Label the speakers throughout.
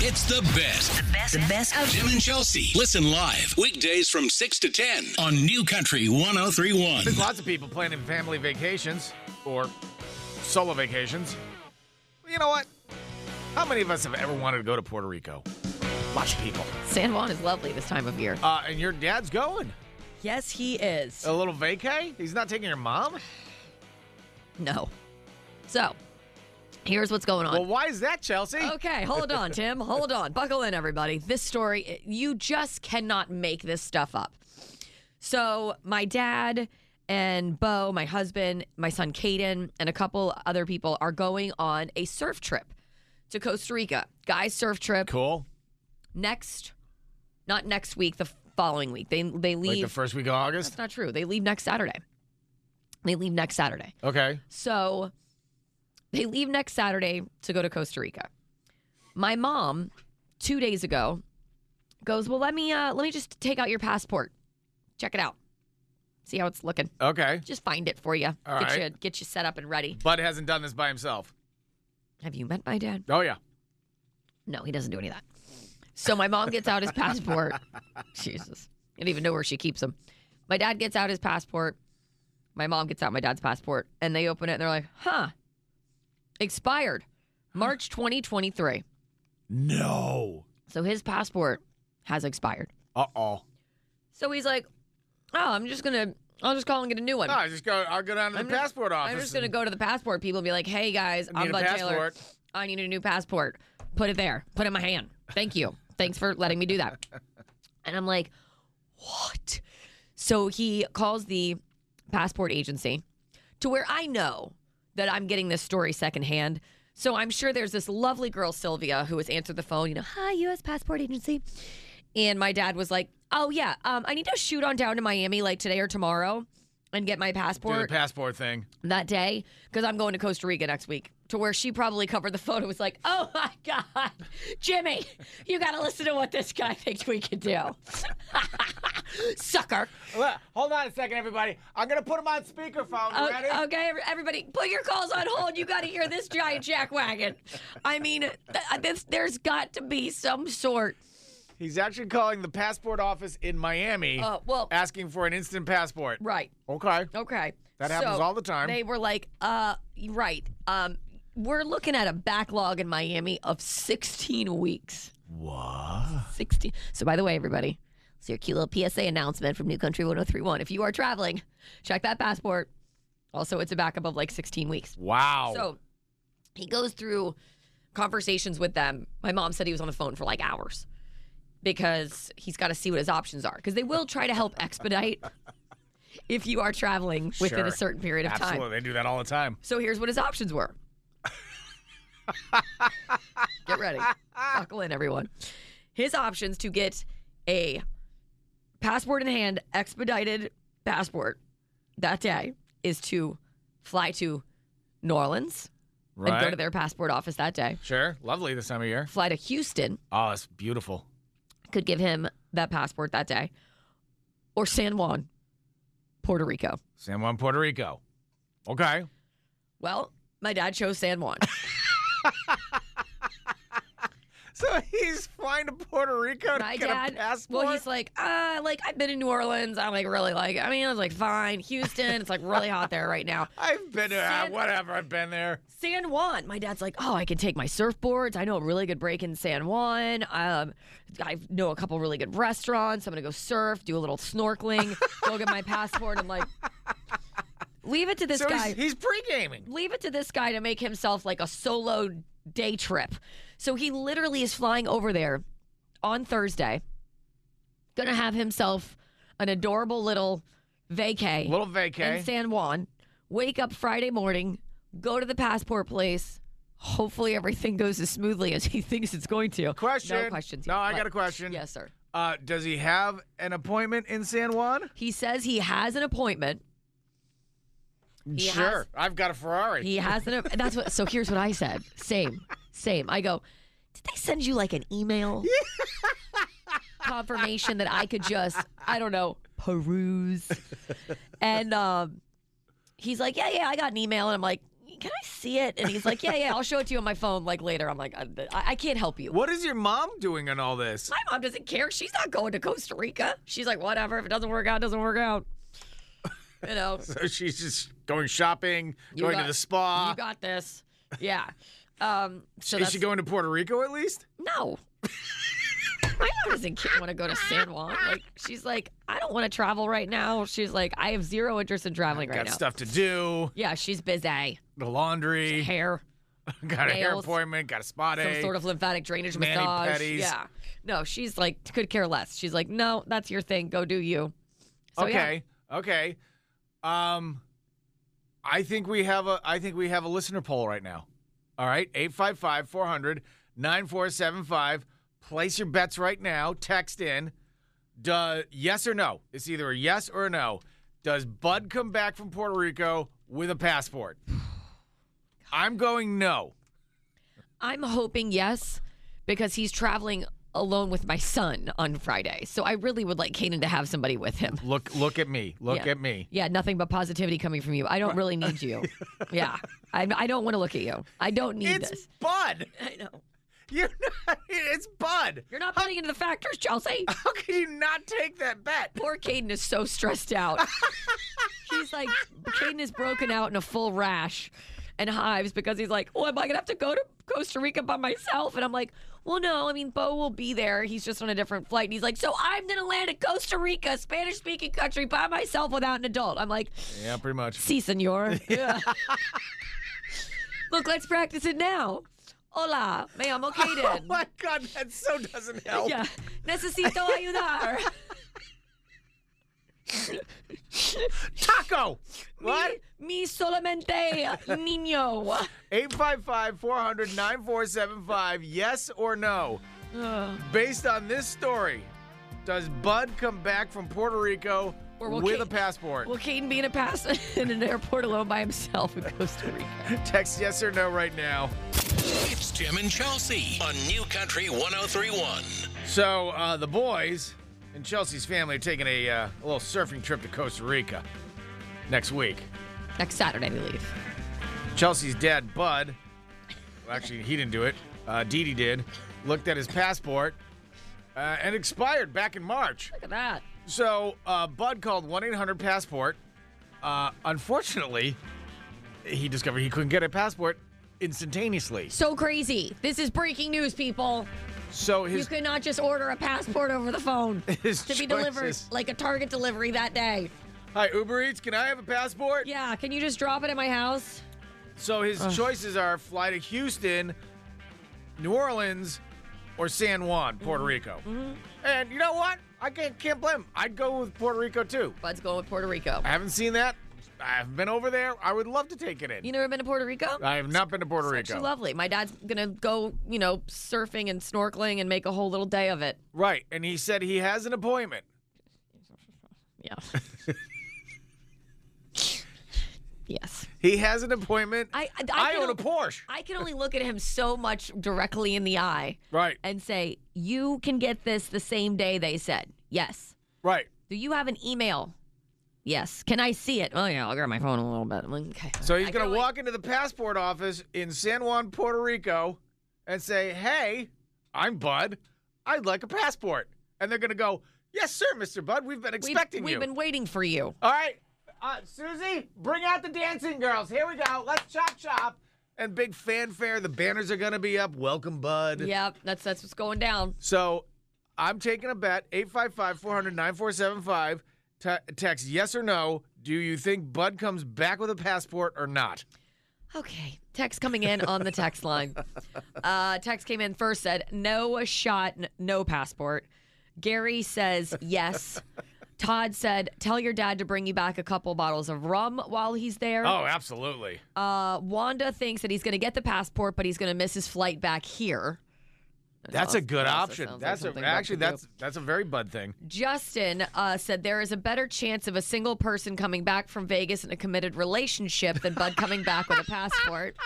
Speaker 1: It's the best.
Speaker 2: The best, the best of
Speaker 1: Jim and Chelsea. Listen live weekdays from 6 to 10 on New Country 1031.
Speaker 3: There's lots of people planning family vacations or solo vacations. You know what? How many of us have ever wanted to go to Puerto Rico? Lots of people.
Speaker 4: San Juan is lovely this time of year.
Speaker 3: Uh, and your dad's going.
Speaker 4: Yes, he is.
Speaker 3: A little vacay? He's not taking your mom?
Speaker 4: No. So, here's what's going on.
Speaker 3: Well, why is that, Chelsea?
Speaker 4: Okay, hold on, Tim. Hold on. Buckle in, everybody. This story, eh, you just cannot make this stuff up. So, my dad and Bo, my husband, my son Caden, and a couple other people are going on a surf trip to Costa Rica. Guys, surf trip
Speaker 3: Cool.
Speaker 4: next, not next week, the following week. They, they
Speaker 3: Like
Speaker 4: leave.
Speaker 3: the first week of August?
Speaker 4: That's not true. They leave next Saturday. They leave next Saturday.
Speaker 3: Okay.
Speaker 4: So they leave next Saturday to go to Costa Rica. My mom, two days ago, goes, Well, let me uh let me just take out your passport. Check it out. See how it's looking.
Speaker 3: Okay.
Speaker 4: Just find it for you.
Speaker 3: All
Speaker 4: get
Speaker 3: right.
Speaker 4: you get you set up and ready.
Speaker 3: Bud hasn't done this by himself.
Speaker 4: Have you met my dad?
Speaker 3: Oh, yeah.
Speaker 4: No, he doesn't do any of that. So my mom gets out his passport. Jesus. I don't even know where she keeps them. My dad gets out his passport. My mom gets out my dad's passport and they open it and they're like, huh, expired March 2023.
Speaker 3: No.
Speaker 4: So his passport has expired.
Speaker 3: Uh oh.
Speaker 4: So he's like, oh, I'm just going to, I'll just call and get a new one.
Speaker 3: No, I just go. I'll go down to the
Speaker 4: I'm just-
Speaker 3: passport office.
Speaker 4: I'm just going to
Speaker 3: and
Speaker 4: go to the passport people and be like, hey guys,
Speaker 3: need
Speaker 4: I'm
Speaker 3: a
Speaker 4: Bud Taylor.
Speaker 3: passport.
Speaker 4: I need a new passport. Put it there. Put it in my hand. Thank you. Thanks for letting me do that. And I'm like, what? So he calls the passport agency to where I know that I'm getting this story secondhand. So I'm sure there's this lovely girl, Sylvia, who has answered the phone, you know, hi, U.S. Passport Agency. And my dad was like, oh, yeah, um, I need to shoot on down to Miami like today or tomorrow and get my
Speaker 3: Do
Speaker 4: passport
Speaker 3: the passport thing.
Speaker 4: that day because I'm going to Costa Rica next week. To where she probably covered the phone and was like, "Oh my God, Jimmy, you got to listen to what this guy thinks we can do, sucker."
Speaker 3: Look, Hold on a second, everybody. I'm going to put him on speakerphone. You
Speaker 4: O-
Speaker 3: ready?
Speaker 4: okay, every- everybody, put your calls on hold. You got to hear this giant jack wagon. I mean, th- uh, this, there's got to be some sort.
Speaker 3: He's actually calling the passport office in Miami
Speaker 4: Uh, well,
Speaker 3: asking for an instant passport.
Speaker 4: right.
Speaker 3: Okay.
Speaker 4: Okay.
Speaker 3: That happens all the time.
Speaker 4: They were like, uh, right. Um, we're looking at a backlog in Miami of 16 weeks. What? 16. So, by the way, everybody, it's your cute little PSA announcement from New Country 1031. If you are traveling, check that passport. Also, it's a backup of like 16 weeks.
Speaker 3: Wow.
Speaker 4: So he goes through conversations with them. My mom said he was on the phone for like hours because he's got to see what his options are because they will try to help expedite if you are traveling within
Speaker 3: Sure.
Speaker 4: a certain period of
Speaker 3: Absolutely.
Speaker 4: time.
Speaker 3: They do that all the time.
Speaker 4: So here's what his options were. get ready. Buckle in, everyone. His options to get a passport in hand, expedited passport that day is to fly to New Orleans
Speaker 3: Right.
Speaker 4: and go to their passport office that day.
Speaker 3: Sure. Lovely this time of year.
Speaker 4: Fly to Houston
Speaker 3: Oh, it's beautiful.
Speaker 4: could give him that passport that day, or San Juan, Puerto Rico.
Speaker 3: San Juan, Puerto Rico. Okay.
Speaker 4: Well, my dad chose San Juan.
Speaker 3: So he's flying to Puerto Rico to
Speaker 4: my
Speaker 3: get
Speaker 4: dad,
Speaker 3: a passport.
Speaker 4: well, he's like, uh, like I've been in New Orleans. I'm like really like. I mean, I was like, fine, Houston. It's like really hot there right now.
Speaker 3: I've been there.
Speaker 4: San-
Speaker 3: whatever. I've been there.
Speaker 4: San Juan. My dad's like, oh, I can take my surfboards. I know a really good break in San Juan. Um, I know a couple really good restaurants. I'm gonna go surf, do a little snorkeling, go get my passport. I'm like, leave it to this
Speaker 3: so
Speaker 4: guy.
Speaker 3: he's, he's pre-gaming.
Speaker 4: leave it to this guy to make himself like a solo day trip. So he literally is flying over there on Thursday, gonna have himself an adorable little vacay
Speaker 3: Little vacay.
Speaker 4: in San Juan. Wake up Friday morning, go to the passport place. Hopefully everything goes as smoothly as he thinks it's going to.
Speaker 3: question.
Speaker 4: No questions.
Speaker 3: No,
Speaker 4: here.
Speaker 3: I
Speaker 4: What?
Speaker 3: got a question.
Speaker 4: Yes, sir.
Speaker 3: Uh, does he have an appointment in San Juan?
Speaker 4: He says he has an appointment. He has-
Speaker 3: sure. I've got a Ferrari.
Speaker 4: He hasn't. That's what. So here's what I said. Same, same. I go. Did they send you like an email confirmation that I could just, I don't know, peruse? And um, he's like, yeah, yeah, I got an email, and I'm like, can I see it? And he's like, yeah, yeah, I'll show it to you on my phone like later. I'm like, I, I can't help you.
Speaker 3: What is your mom doing in all this?
Speaker 4: My mom doesn't care. She's not going to Costa Rica. She's like, whatever. If it doesn't work out, it doesn't work out. You know,
Speaker 3: So she's just going shopping,
Speaker 4: You
Speaker 3: going
Speaker 4: got-
Speaker 3: to the spa.
Speaker 4: you got this. Yeah. Um, so
Speaker 3: is
Speaker 4: that's,
Speaker 3: she going to Puerto Rico at least?
Speaker 4: no. My mom doesn't want to go to San Juan. Like, she's like, I don't want to travel right now. She's like, I have zero interest in traveling right
Speaker 3: got
Speaker 4: now.
Speaker 3: stuff to do,
Speaker 4: Yeah, she's busy.
Speaker 3: the laundry,
Speaker 4: Hair.
Speaker 3: got a hair
Speaker 4: nails.
Speaker 3: appointment, got a spa day.
Speaker 4: some sort of lymphatic drainage
Speaker 3: Mani
Speaker 4: massage.
Speaker 3: pedis.
Speaker 4: Yeah. No, she's like could care less. She's like, no, that's your thing. Go do you. So, yeah.
Speaker 3: okay, okay. Um, I think we have a I think we have a listener poll right now. All right, 855-400-9475. Place your bets right now. Text in. Duh, yes or no? It's either a yes or a no. Does Bud come back from Puerto Rico with a passport? I'm going no.
Speaker 4: I'm hoping yes, because he's traveling alone with my son on Friday. So I really would like Kanan to have somebody with him.
Speaker 3: Look look at me. Look
Speaker 4: Yeah.
Speaker 3: at me.
Speaker 4: Yeah, nothing but positivity coming from you. I don't really need you. yeah. I, I don't want to look at you. I don't need
Speaker 3: It's
Speaker 4: this.
Speaker 3: Bud.
Speaker 4: I know.
Speaker 3: You're not, it's Bud.
Speaker 4: You're not putting into the factors, Chelsea.
Speaker 3: How can you not take that bet?
Speaker 4: Poor Caden is so stressed out. he's like, Caden is broken out in a full rash and hives because he's like, oh, am I going to have to go to Costa Rica by myself? And I'm like, well, no. I mean, Bo will be there. He's just on a different flight. And he's like, so I'm going to land in Costa Rica, Spanish speaking country, by myself without an adult. I'm like,
Speaker 3: Yeah, pretty much.
Speaker 4: si, senor. Yeah. Look, let's practice it now. Hola, me llamo
Speaker 3: Oh
Speaker 4: Caden.
Speaker 3: my god, that so doesn't help.
Speaker 4: Yeah. Necesito ayudar.
Speaker 3: Taco. What?
Speaker 4: Mi solamente niño.
Speaker 3: 855 400 9475. Yes or no? Based on this story, does Bud come back from Puerto Rico
Speaker 4: Or will
Speaker 3: with
Speaker 4: Kate-
Speaker 3: a passport?
Speaker 4: Will Caden be in a pass in an airport alone by himself in Costa Rica?
Speaker 3: Text yes or no right now.
Speaker 1: It's Tim and Chelsea on New Country 1031.
Speaker 3: So uh, the boys and Chelsea's family are taking a, uh, a little surfing trip to Costa Rica next week.
Speaker 4: Next Saturday we leave.
Speaker 3: Chelsea's dad, Bud, well, actually, he didn't do it. Uh, Dee Dee did. Looked at his passport uh, and expired back in March.
Speaker 4: Look at that.
Speaker 3: So uh, Bud called 1 800 Passport. Uh, unfortunately, he discovered he couldn't get a passport instantaneously.
Speaker 4: So crazy. This is breaking news, people.
Speaker 3: So
Speaker 4: You
Speaker 3: his,
Speaker 4: could not just order a passport over the phone to
Speaker 3: his
Speaker 4: be delivered
Speaker 3: choices-
Speaker 4: like a Target delivery that day.
Speaker 3: Hi, Uber Eats, can I have a passport?
Speaker 4: Yeah, can you just drop it at my house?
Speaker 3: So his choices are fly to Houston, New Orleans, or San
Speaker 4: Mm-hmm.
Speaker 3: Juan, Puerto Rico. And you know what? I can't, can't blame him. I'd go with Puerto Rico too.
Speaker 4: Bud's going with Puerto Rico.
Speaker 3: I haven't seen that. I haven't been over there. I would love to take it in.
Speaker 4: You never been to Puerto Rico?
Speaker 3: I have not been to Puerto
Speaker 4: It's
Speaker 3: Rico.
Speaker 4: actually lovely. My dad's gonna go, you know, surfing and snorkeling and make a whole little day of it.
Speaker 3: right. And he said he has an appointment.
Speaker 4: Yeah. yes.
Speaker 3: He has an appointment.
Speaker 4: I- I- I
Speaker 3: I,
Speaker 4: can
Speaker 3: own a
Speaker 4: only-
Speaker 3: Porsche.
Speaker 4: I can only look at him so much directly in the eye
Speaker 3: right.
Speaker 4: and say, "You can get this the same day." They said, "Yes."
Speaker 3: Right.
Speaker 4: Do you have an email? Yes. Can I see it? Oh yeah, I'll grab my phone in a little bit. I'm like, okay.
Speaker 3: So he's
Speaker 4: I
Speaker 3: going
Speaker 4: can
Speaker 3: to
Speaker 4: only-
Speaker 3: walk into the passport office in San Juan, Puerto Rico, and say, Hey, I'm Bud. I'd like a passport. And they're going to go, Yes, sir, Mr. Bud. We've been
Speaker 4: We've-
Speaker 3: expecting
Speaker 4: we've
Speaker 3: you.
Speaker 4: been waiting for you.
Speaker 3: All right. Uh, Susie, bring out the dancing girls. Here we go. Let's chop chop. And big fanfare. The banners are going to be up. Welcome, Bud.
Speaker 4: Yep, that's that's what's going down.
Speaker 3: So I'm taking a bet 855 400 9475. Te- Text yes or no. Do you think Bud comes back with a passport or not?
Speaker 4: Okay. Text coming in on the text line. Uh, text came in first said, no shot, n- no passport. Gary says, yes. Todd said, tell your dad to bring you back a couple bottles of rum while he's there.
Speaker 3: Oh. absolutely.
Speaker 4: Uh, Wanda thinks that he's going to get the passport, but he's going to miss his flight back here.
Speaker 3: That's a good
Speaker 4: That also
Speaker 3: option.
Speaker 4: sounds like
Speaker 3: That's a,
Speaker 4: something Bud
Speaker 3: actually
Speaker 4: could do.
Speaker 3: that's that's a very Bud thing.
Speaker 4: Justin uh, said there is a better chance of a single person coming back from Vegas in a committed relationship than Bud coming back with a passport.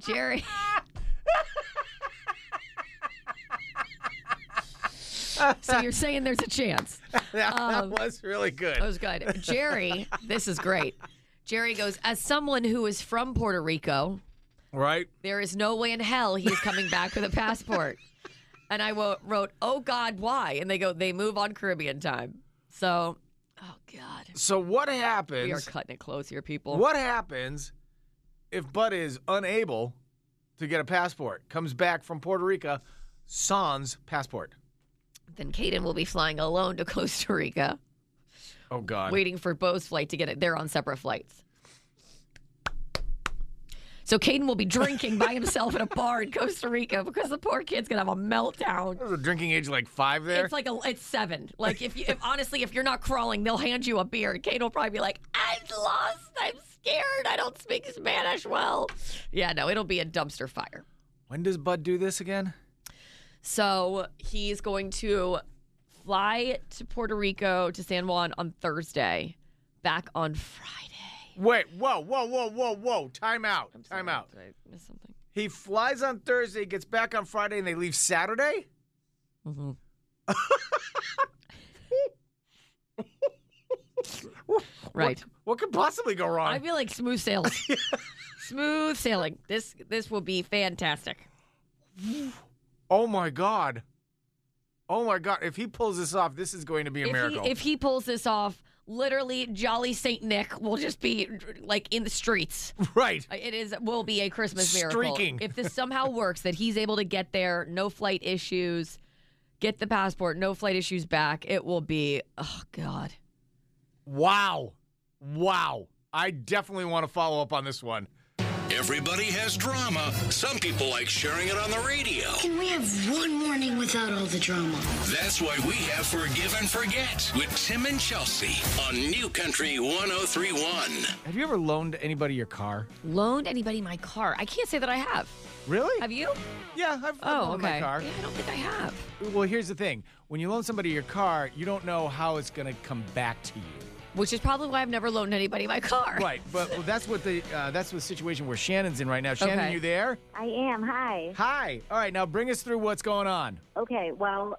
Speaker 4: Jerry. so you're saying there's a chance.
Speaker 3: that was really good.
Speaker 4: That was good. Jerry, this is great. Jerry goes, as someone who is from Puerto Rico,
Speaker 3: Right?
Speaker 4: there is no way in hell he's coming back with a passport. And I wo- wrote, oh God, why? And they go, they move on Caribbean time. So, oh God.
Speaker 3: So what
Speaker 4: We are
Speaker 3: happens?
Speaker 4: cutting it close here, people.
Speaker 3: What happens if Bud is unable to get a passport? Comes back from Puerto Rico, sans passport.
Speaker 4: Then Caden will be flying alone to Costa Rica,
Speaker 3: Oh God.
Speaker 4: waiting for Bo's flight to get it. They're on separate flights. So Caden will be drinking by himself at a bar in Costa Rica because the poor kid's gonna have a meltdown.
Speaker 3: There's a drinking age like five there.
Speaker 4: It's like a, it's seven. Like if you, if honestly, if you're not crawling, they'll hand you a beer. And Caden will probably be like, "I'm lost. I'm scared. I don't speak Spanish well." Yeah, no, it'll be a dumpster fire.
Speaker 3: when does Bud do this again?
Speaker 4: So he's going to fly to Puerto Rico to San Juan on Thursday, back on Friday.
Speaker 3: Wait, whoa, whoa, whoa, whoa, whoa. Time out. Time out.
Speaker 4: Did I miss something?
Speaker 3: He flies on Thursday, gets back on Friday, and they leave Saturday?
Speaker 4: Right.
Speaker 3: What could possibly go wrong?
Speaker 4: I feel like smooth sailing. smooth sailing. This this will be fantastic.
Speaker 3: oh my God. Oh my God. If he pulls this off, this is going to be a
Speaker 4: If
Speaker 3: miracle.
Speaker 4: he if he pulls this off, literally Jolly Saint Nick will just be like in the streets.
Speaker 3: right.
Speaker 4: It is will be a Christmas miracle.
Speaker 3: Streaking.
Speaker 4: If this somehow works, that he's able to get there, no flight issues, get the passport, no flight issues back, it will be oh god.
Speaker 3: Wow. Wow. I definitely want to follow up on this one.
Speaker 1: Everybody has drama. Some people like sharing it on the radio.
Speaker 2: Can we have one morning without all the drama?
Speaker 1: That's why we have Forgive and Forget with Tim and Chelsea on New Country 1031.
Speaker 3: Have you ever loaned anybody your car?
Speaker 4: Loaned anybody my car? I can't say that I have.
Speaker 3: Really?
Speaker 4: Have you?
Speaker 3: yeah, I've, I've
Speaker 4: Oh,
Speaker 3: loaned my
Speaker 4: okay.
Speaker 3: car.
Speaker 4: Yeah, I don't think I have.
Speaker 3: Well, here's the thing when you loan somebody your car, you don't know how it's going to come back to you.
Speaker 4: Which is probably why I've never loaned anybody my car.
Speaker 3: Right, but well, that's what the uh, that's the situation where Shannon's in right now. Shannon,
Speaker 4: Okay.
Speaker 3: you there?
Speaker 5: I am. Hi.
Speaker 3: Hi. All right, now bring us through what's going on.
Speaker 5: Okay. Well,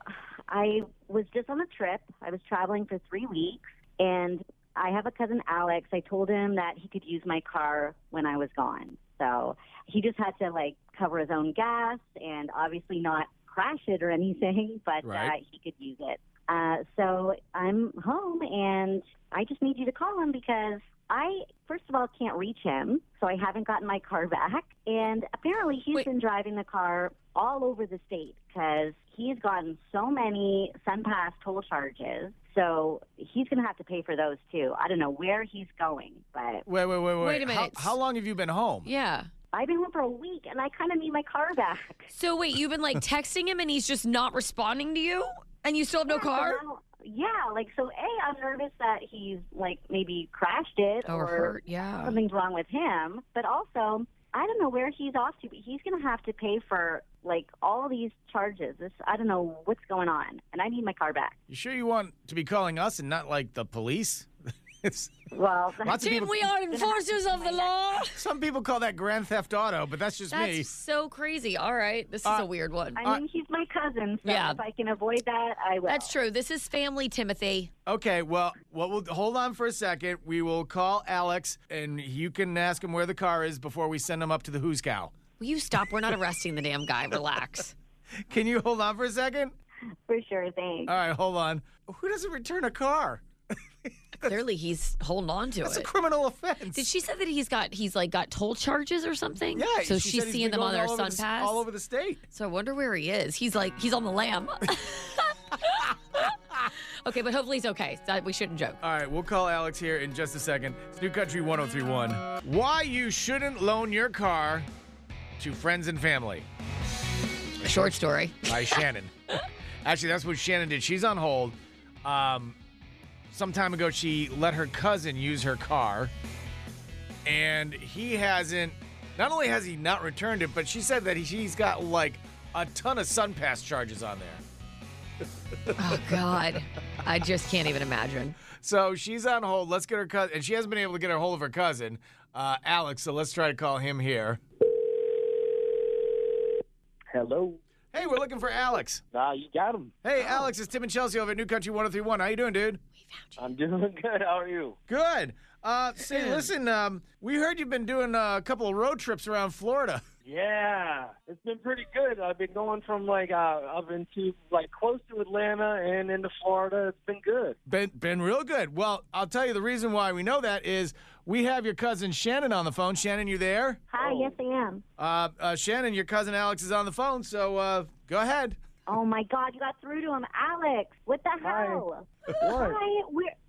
Speaker 5: I was just on a trip. I was traveling for three weeks, and I have a cousin, Alex. I told him that he could use my car when I was gone. So he just had to like cover his own gas and obviously not crash it or anything, but
Speaker 3: Right.
Speaker 5: uh, he could use it. Uh, so I'm home, and I just need you to call him because I, first of all, can't reach him, so I haven't gotten my car back. And apparently, he's
Speaker 4: Wait.
Speaker 5: been driving the car all over the state because he's gotten so many SunPass toll charges. So he's going to have to pay for those too. I don't know where he's going, but
Speaker 3: Wait, wait, wait, wait.
Speaker 4: Wait a
Speaker 3: How-
Speaker 4: minute.
Speaker 3: How, long have you been home?
Speaker 4: Yeah.
Speaker 5: I've been home for a week, and I kind of need my car back.
Speaker 4: So wait, you've been like texting him and he's just not responding to you? And you still have no
Speaker 5: So
Speaker 4: car?
Speaker 5: now- yeah, like so. A, I'm nervous that he's like maybe crashed it
Speaker 4: Or hurt, yeah.
Speaker 5: something's wrong with him. But also, I don't know where he's off to. But he's going to have to pay for like all these charges. This I don't know what's going on, and I need my car back.
Speaker 3: You sure you want to be calling us and not like the police? It's-
Speaker 5: Well,
Speaker 3: lots of
Speaker 4: Jim,
Speaker 3: people.
Speaker 4: we are enforcers of the law.
Speaker 3: some people call that grand theft auto, but that's just
Speaker 4: That's
Speaker 3: me.
Speaker 4: so crazy. All right. This is
Speaker 3: Uh,
Speaker 4: a weird one.
Speaker 5: I mean, he's my cousin, so
Speaker 4: Yeah.
Speaker 5: if I can avoid that, I will.
Speaker 4: That's true. This is family, Timothy.
Speaker 3: Okay, well, what we'll hold on for a second. We will call Alex, and you can ask him where the car is before we send him up to the who's cow.
Speaker 4: Will you stop? We're not arresting the damn guy. Relax.
Speaker 3: Can you hold on for a second?
Speaker 5: for sure. Thanks.
Speaker 3: All right, hold on. Who doesn't return a car?
Speaker 4: Clearly, he's holding on to
Speaker 3: That's a
Speaker 4: it.
Speaker 3: criminal offense.
Speaker 4: Did she say that he's got he's like got toll charges or something?
Speaker 3: Yeah.
Speaker 4: So
Speaker 3: she
Speaker 4: she's
Speaker 3: said he's
Speaker 4: seeing
Speaker 3: been
Speaker 4: them on
Speaker 3: going
Speaker 4: their
Speaker 3: all over
Speaker 4: sun
Speaker 3: the s-
Speaker 4: pass.
Speaker 3: all over the state.
Speaker 4: so I wonder where he is. He's like he's on the lam. okay, but hopefully he's okay. That- We shouldn't joke.
Speaker 3: All right, we'll call Alex here in just a second. It's New Country 1031. Why you shouldn't loan your car to friends and family
Speaker 4: Short story.
Speaker 3: by Shannon. Actually, that's what Shannon did. She's on hold. Um, some time ago, she let her cousin use her car, and he hasn't. Not only has he not returned it, but she said that he's got like a ton of SunPass charges on there.
Speaker 4: Oh God, I just can't even imagine.
Speaker 3: So she's on hold. Let's get her cousin, and she hasn't been able to get a hold of her cousin, uh, Alex. So let's try to call him here.
Speaker 6: Hello.
Speaker 3: Hey, we're looking for Alex.
Speaker 6: Nah, you got him.
Speaker 3: Hey, Alex, it's Tim and Chelsea over at New Country 1031. How you doing, dude?
Speaker 6: I'm doing good. How are you?
Speaker 3: Good. Uh, say, listen, um, we heard you've been doing uh, a couple of road trips around Florida.
Speaker 6: Yeah, it's been pretty good. I've been going from like uh, up into like close to Atlanta and into Florida. It's been good.
Speaker 3: Been been real good. Well, I'll tell you the reason why we know that is we have your cousin Shannon on the phone. Shannon, you there?
Speaker 5: Hi, yes, I am.
Speaker 3: Uh, uh, Shannon, your cousin Alex is on the phone, so uh, go ahead.
Speaker 5: Oh my God, you got through to him, Alex. What the hell?
Speaker 6: What?
Speaker 5: Hi, we're.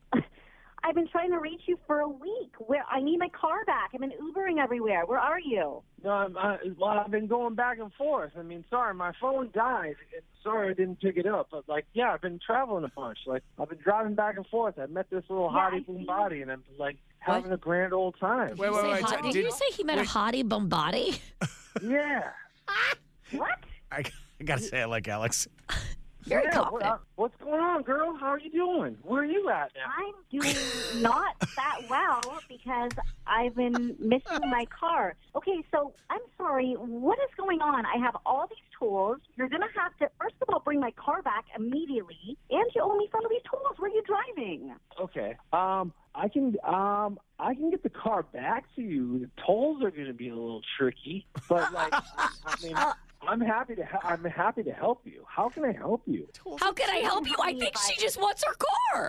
Speaker 5: I've been trying to reach you for a week. Where I need my car back. I've been Ubering everywhere. Where are you?
Speaker 6: No, I'm, I, well, I've been going back and forth. I mean, sorry, my phone died. And sorry, I didn't pick it up. But like, yeah, I've been traveling a bunch. Like, I've been driving back and forth. I met this little
Speaker 5: Yeah, I
Speaker 6: hottie boom
Speaker 5: see.
Speaker 6: body, and I'm like having a grand old time.
Speaker 3: Wait, wait,
Speaker 4: Say
Speaker 3: wait.
Speaker 4: hot-
Speaker 3: t-
Speaker 4: did, you say he met a hottie Bombati?
Speaker 6: yeah.
Speaker 5: What?
Speaker 3: I, I gotta say, I like Alex.
Speaker 4: Very
Speaker 6: yeah, what-
Speaker 4: confident.
Speaker 6: uh, what's going on, girl? How are you doing? Where are you at now?
Speaker 5: I'm doing not that well because I've been missing my car. Okay, so I'm sorry. What is going on? I have all these tools. You're going to have to, first of all, bring my car back immediately. And you owe me some of these tools. Where are you driving?
Speaker 6: Okay. Um, I can um, I can get the car back to you. The tolls are going to be a little tricky, but like, I mean, I'm happy to ha- I'm happy to help you. How can I help you?
Speaker 4: How can I help you? I think she just wants her car.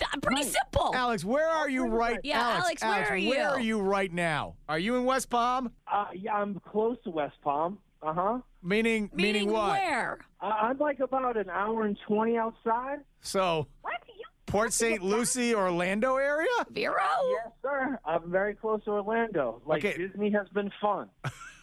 Speaker 4: Th- Pretty simple.
Speaker 3: Alex, where are you right?
Speaker 4: Yeah, Alex, where are you?
Speaker 3: Where are you right now? Are you in West Palm?
Speaker 6: Uh, yeah, I'm close to West Palm. Uh huh.
Speaker 3: Meaning, meaning, what?
Speaker 4: where?
Speaker 6: I- I'm like about an hour and twenty outside.
Speaker 3: So,
Speaker 5: What? You
Speaker 3: Port St. Lucie, Orlando area?
Speaker 4: Vero?
Speaker 6: Yes, sir. I'm very close to Orlando. Like
Speaker 3: Okay.
Speaker 6: Disney has been fun.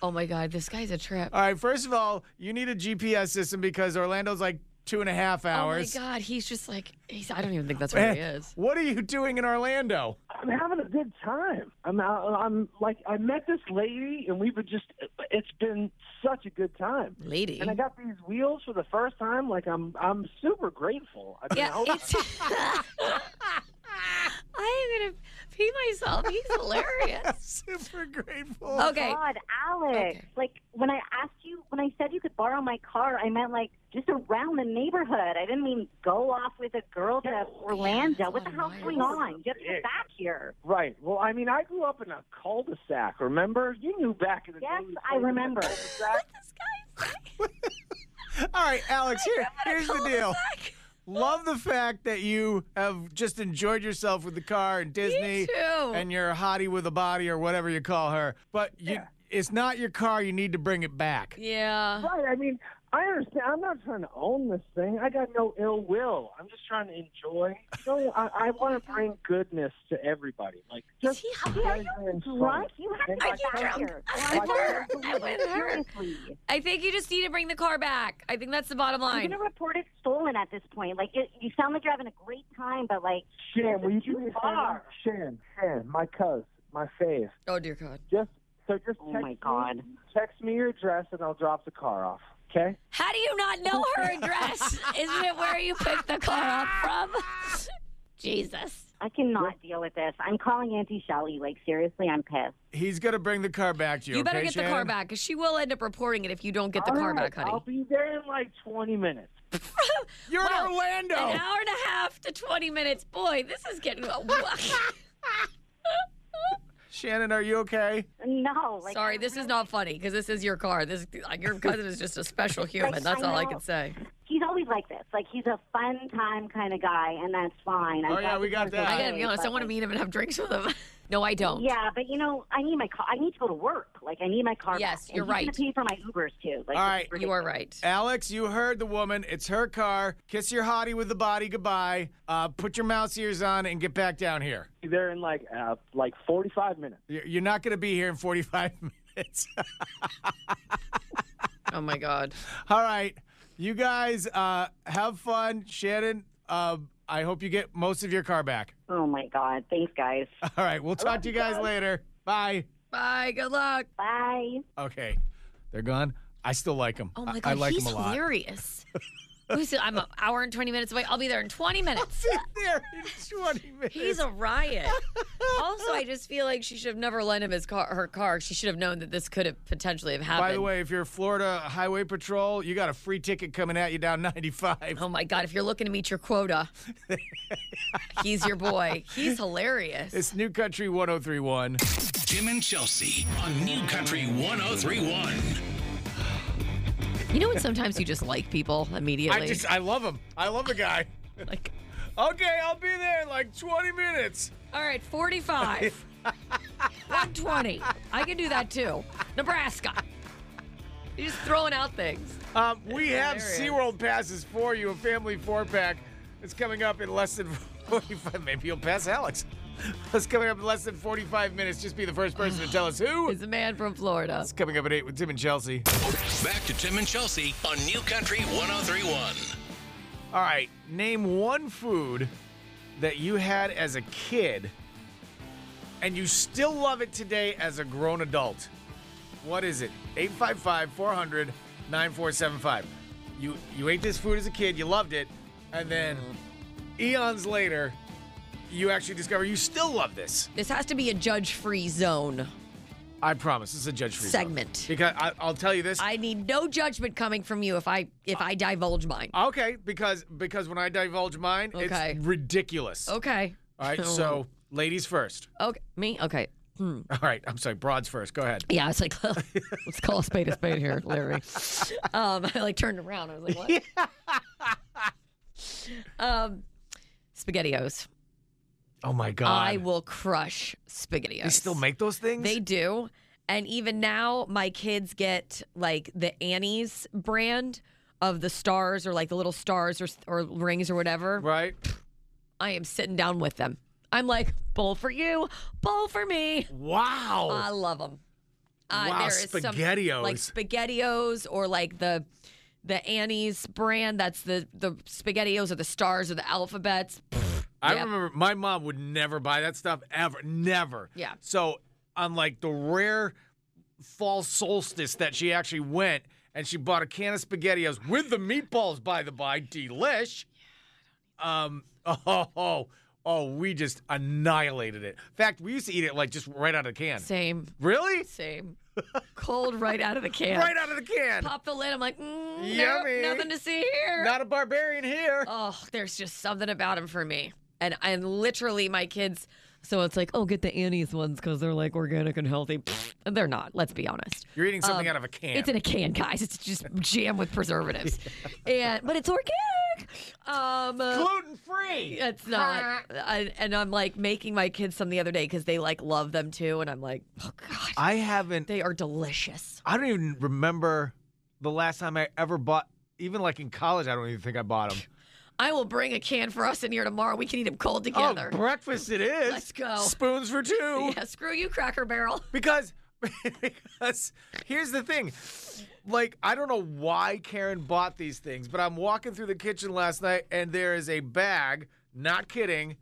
Speaker 4: Oh my God, this guy's a trip.
Speaker 3: All right. First of all, you need a GPS system because Orlando's like two and a half
Speaker 4: Oh my
Speaker 3: hours.
Speaker 4: God, he's just like, he's, I don't even think that's where he
Speaker 3: Man,
Speaker 4: is.
Speaker 3: What are you doing in Orlando?
Speaker 6: I'm having a good time. I'm out, I'm like I met this lady and we've been just it's been such a good time.
Speaker 4: Lady.
Speaker 6: And I got these wheels for the first time. Like I'm I'm super grateful. I mean, I
Speaker 4: Yeah,
Speaker 6: hope-
Speaker 4: it's. I am gonna pee myself. He's hilarious.
Speaker 3: Super grateful.
Speaker 4: Okay.
Speaker 5: Oh God, Alex.
Speaker 4: Okay.
Speaker 5: Like, when I asked you, when I said you could borrow my car, I meant like just around the neighborhood. I didn't mean go off with a girl to Orlando. What the
Speaker 4: Oh,
Speaker 5: hell's going on? You have to get back here.
Speaker 6: right. Well, I mean, I grew up in a cul-de-sac. Remember? You knew back in the
Speaker 5: Yes,
Speaker 6: day. we
Speaker 5: I
Speaker 6: played in a
Speaker 5: remember.
Speaker 6: cul-de-sac.
Speaker 4: This guy's
Speaker 3: All right, Alex. Here, here's the deal.
Speaker 4: cul-de-sac.
Speaker 3: Love the fact that you have just enjoyed yourself with the car and Disney,
Speaker 4: too.
Speaker 3: and your hottie with a body or whatever you call her. But you, it's not your car. You need to bring it back.
Speaker 4: Yeah.
Speaker 6: Right. I mean, I understand. I'm not trying to own this thing. I got no ill will. I'm just trying to enjoy. So I, I want to bring goodness to everybody. Like
Speaker 4: Is
Speaker 6: just
Speaker 4: he
Speaker 6: pleasure
Speaker 4: high?
Speaker 6: and fun.
Speaker 5: Drunk? You have to
Speaker 6: And
Speaker 5: get
Speaker 6: like,
Speaker 5: back
Speaker 6: drunk.
Speaker 5: here.
Speaker 4: I
Speaker 5: Why
Speaker 4: went
Speaker 5: don't you
Speaker 4: hurt. I went hurt.
Speaker 5: Seriously.
Speaker 4: I think you just need to bring the car back. I think that's the bottom
Speaker 5: I'm
Speaker 4: line.
Speaker 5: gonna report it stolen at this point. Like it, you sound like you're having a great time, but like
Speaker 6: Shan, will you
Speaker 5: Too
Speaker 6: do me a favor?
Speaker 5: far.
Speaker 6: Shan, Shan, my cuz, my fave.
Speaker 4: Oh dear God.
Speaker 6: Just so just
Speaker 5: Oh
Speaker 6: text
Speaker 5: my God.
Speaker 6: Me, text me your address and I'll drop the car off. Okay?
Speaker 4: How do you not know her address? Isn't it where you picked the car up from? Jesus.
Speaker 5: I cannot deal with this. I'm calling Auntie Shelly. Like seriously, I'm pissed.
Speaker 3: He's gonna bring the car back to you.
Speaker 4: You better
Speaker 3: okay,
Speaker 4: get the car
Speaker 3: Shannon?
Speaker 4: back because she will end up reporting it if you don't get the
Speaker 6: All
Speaker 4: car
Speaker 6: right,
Speaker 4: back, honey.
Speaker 6: I'll be there in like 20 minutes.
Speaker 3: You're
Speaker 4: Wow.
Speaker 3: in Orlando.
Speaker 4: An hour and a half to 20 minutes. Boy, this is getting.
Speaker 3: Shannon, are you okay?
Speaker 5: No, like
Speaker 4: Sorry, this is not funny because this is your car. This your cousin is just a special human. That's all I
Speaker 5: know.
Speaker 4: can say.
Speaker 5: he's always like this. Like he's a fun time kind of guy, and that's fine. I'm
Speaker 3: Oh, yeah,
Speaker 5: glad
Speaker 3: we
Speaker 5: this
Speaker 3: got
Speaker 5: is
Speaker 3: that.
Speaker 4: I
Speaker 5: okay,
Speaker 4: gotta be honest. I
Speaker 5: but,
Speaker 4: want to
Speaker 5: like,
Speaker 4: meet him and have drinks with him. no, I don't.
Speaker 5: Yeah, but you know, I need my car. I need to go to work. Like I need my car.
Speaker 4: Yes,
Speaker 5: back. And
Speaker 4: you're
Speaker 5: he's gonna
Speaker 4: right.
Speaker 5: Pay for my Ubers too. Like
Speaker 3: All
Speaker 5: it's
Speaker 3: right,
Speaker 4: you are right.
Speaker 3: Alex, you heard the woman. It's her car. Kiss your hottie with the body goodbye. Uh, put your mouse ears on and get back down here.
Speaker 6: Be there in like uh, like 45 minutes.
Speaker 3: You're you're not going to be here in 45 minutes.
Speaker 4: Oh my God.
Speaker 3: All right. You guys uh, have fun. Shannon, uh, I hope you get most of your car back.
Speaker 5: Oh my God! Thanks, guys.
Speaker 3: All right. We'll talk to you guys later. Bye.
Speaker 4: Bye. Good luck.
Speaker 5: Bye.
Speaker 3: Okay. They're gone. I still like them.
Speaker 4: Oh my God.
Speaker 3: I like
Speaker 4: he's
Speaker 3: them a lot.
Speaker 4: hilarious. Who's- I'm an hour and 20 minutes away. I'll be there in 20 minutes.
Speaker 3: Sit there in 20 minutes.
Speaker 4: He's a riot. Also, I just feel like she should have never lent him his car, her car. She should have known that this could have potentially have happened.
Speaker 3: By the way, if you're Florida Highway Patrol, you got a free ticket coming at you down 95.
Speaker 4: Oh my God, if you're looking to meet your quota, he's your boy. He's hilarious.
Speaker 3: It's New Country 1031.
Speaker 1: Tim and Chelsea on New Country 1031.
Speaker 4: you know when sometimes you just like people immediately?
Speaker 3: I just, I love him. I love the guy.
Speaker 4: like,
Speaker 3: Okay, I'll be there in like 20 minutes.
Speaker 4: all right, 45, 120. I can do that too. Nebraska. You're just throwing out things.
Speaker 3: Um, we have
Speaker 4: hilarious.
Speaker 3: SeaWorld passes for you, a family four pack. It's coming up in less than 45. Maybe you'll pass Alex. It's coming up in less than 45 minutes. Just be the first person to tell us who.
Speaker 4: He's a man from Florida.
Speaker 3: It's coming up at 8 with Tim and Chelsea.
Speaker 1: Back to Tim and Chelsea on New Country 1031.
Speaker 3: All right, name one food that you had as a kid and you still love it today as a grown adult. What is it? 855 400 9475. You you ate this food as a kid, you loved it, and then eons later, you actually discover you still love this.
Speaker 4: This has to be a judge free zone.
Speaker 3: I promise, this is a judge free
Speaker 4: Segment.
Speaker 3: Because I, I'll tell you this.
Speaker 4: I need no judgment coming from you if I if I divulge mine.
Speaker 3: okay, because because when I divulge mine,
Speaker 4: Okay.
Speaker 3: it's ridiculous.
Speaker 4: Okay.
Speaker 3: All right, so ladies first.
Speaker 4: okay, me okay. Hmm.
Speaker 3: All right, I'm sorry. Broads first. Go ahead.
Speaker 4: Yeah, it's like let's call a spade a spade here, Larry. Um, I like turned around. I was like, what? um, Spaghettios.
Speaker 3: Oh my God!
Speaker 4: I will crush Spaghettios.
Speaker 3: They still make those things.
Speaker 4: They do. And even now, my kids get like the Annie's brand of the stars or like the little stars or, or rings or whatever.
Speaker 3: right?
Speaker 4: I am sitting down with them. I'm like, bowl for you, bowl for me.
Speaker 3: Wow.
Speaker 4: I love them. Uh,
Speaker 3: Oh. Wow,
Speaker 4: there is some-
Speaker 3: SpaghettiOs.
Speaker 4: like spaghettios, or like the the Annie's brand. That's the the spaghettios or the stars or the alphabets.
Speaker 3: I
Speaker 4: yeah.
Speaker 3: remember my mom would never buy that stuff ever, never.
Speaker 4: Yeah.
Speaker 3: So on like the rare fall solstice that she actually went and she bought a can of SpaghettiOs with the meatballs, by the by, delish. Um. Oh. Oh. oh we just annihilated it. In fact, we used to eat it like just right out of the can.
Speaker 4: Same,
Speaker 3: Really?
Speaker 4: same. Cold right out of the can.
Speaker 3: Right out of the can.
Speaker 4: Pop the lid. I'm like, mm, no,
Speaker 3: Yummy.
Speaker 4: nothing to see here.
Speaker 3: Not a barbarian here.
Speaker 4: oh, there's just something about them for me. And and literally my kids. So it's like, oh, get the Annie's ones because they're like organic and healthy. Pfft, They're not. Let's be honest.
Speaker 3: You're eating something
Speaker 4: Um,
Speaker 3: out of a can.
Speaker 4: It's in a can, guys. It's just jam with preservatives, and but it's organic. Um, uh,
Speaker 3: gluten free.
Speaker 4: it's not. I, and I'm like making my kids some the other day because they like love them too, and I'm like, oh god,
Speaker 3: I haven't.
Speaker 4: they are delicious.
Speaker 3: I don't even remember the last time I ever bought. Even like in college, I don't even think I bought them.
Speaker 4: I will bring a can for us in here tomorrow. We can eat them cold together.
Speaker 3: Oh, breakfast it is.
Speaker 4: Let's go.
Speaker 3: Spoons for two.
Speaker 4: yeah, screw you, Cracker Barrel.
Speaker 3: Because, because here's the thing. Like, I don't know why Karen bought these things, but I'm walking through the kitchen last night and there is a bag, not kidding,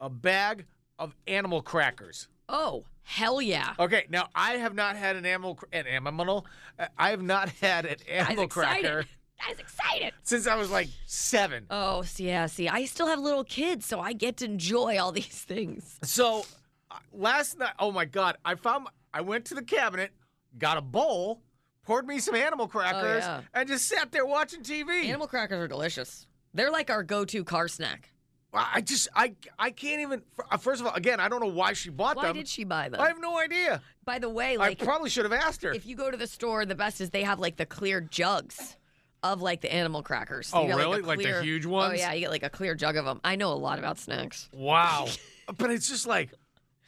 Speaker 3: a bag of animal crackers.
Speaker 4: Oh hell yeah!
Speaker 3: Okay, now I have not had an animal cr- an animal. uh, I have not had an
Speaker 4: I
Speaker 3: animal
Speaker 4: was excited.
Speaker 3: cracker
Speaker 4: I was excited.
Speaker 3: since I was like seven.
Speaker 4: Oh, see, yeah, see, I still have little kids, so I get to enjoy all these things.
Speaker 3: So uh, last night, oh my god, I found I went to the cabinet, got a bowl, poured me some animal crackers,
Speaker 4: Oh, yeah.
Speaker 3: and just sat there watching TV.
Speaker 4: Animal crackers are delicious. They're like our go-to car snack.
Speaker 3: I I just I I can't even. fir- uh, First of all, again, I don't know why she bought
Speaker 4: Why
Speaker 3: them.
Speaker 4: did she buy them?
Speaker 3: I have no idea.
Speaker 4: By the way, like
Speaker 3: I probably should have asked her.
Speaker 4: if you go to the store, the best is they have like the clear jugs of like the animal crackers.
Speaker 3: Oh,
Speaker 4: You get,
Speaker 3: really?
Speaker 4: a
Speaker 3: Like the
Speaker 4: clear-
Speaker 3: huge
Speaker 4: Oh
Speaker 3: ones?
Speaker 4: yeah, you get like a clear jug of them. I know a lot about snacks.
Speaker 3: wow, but it's just like.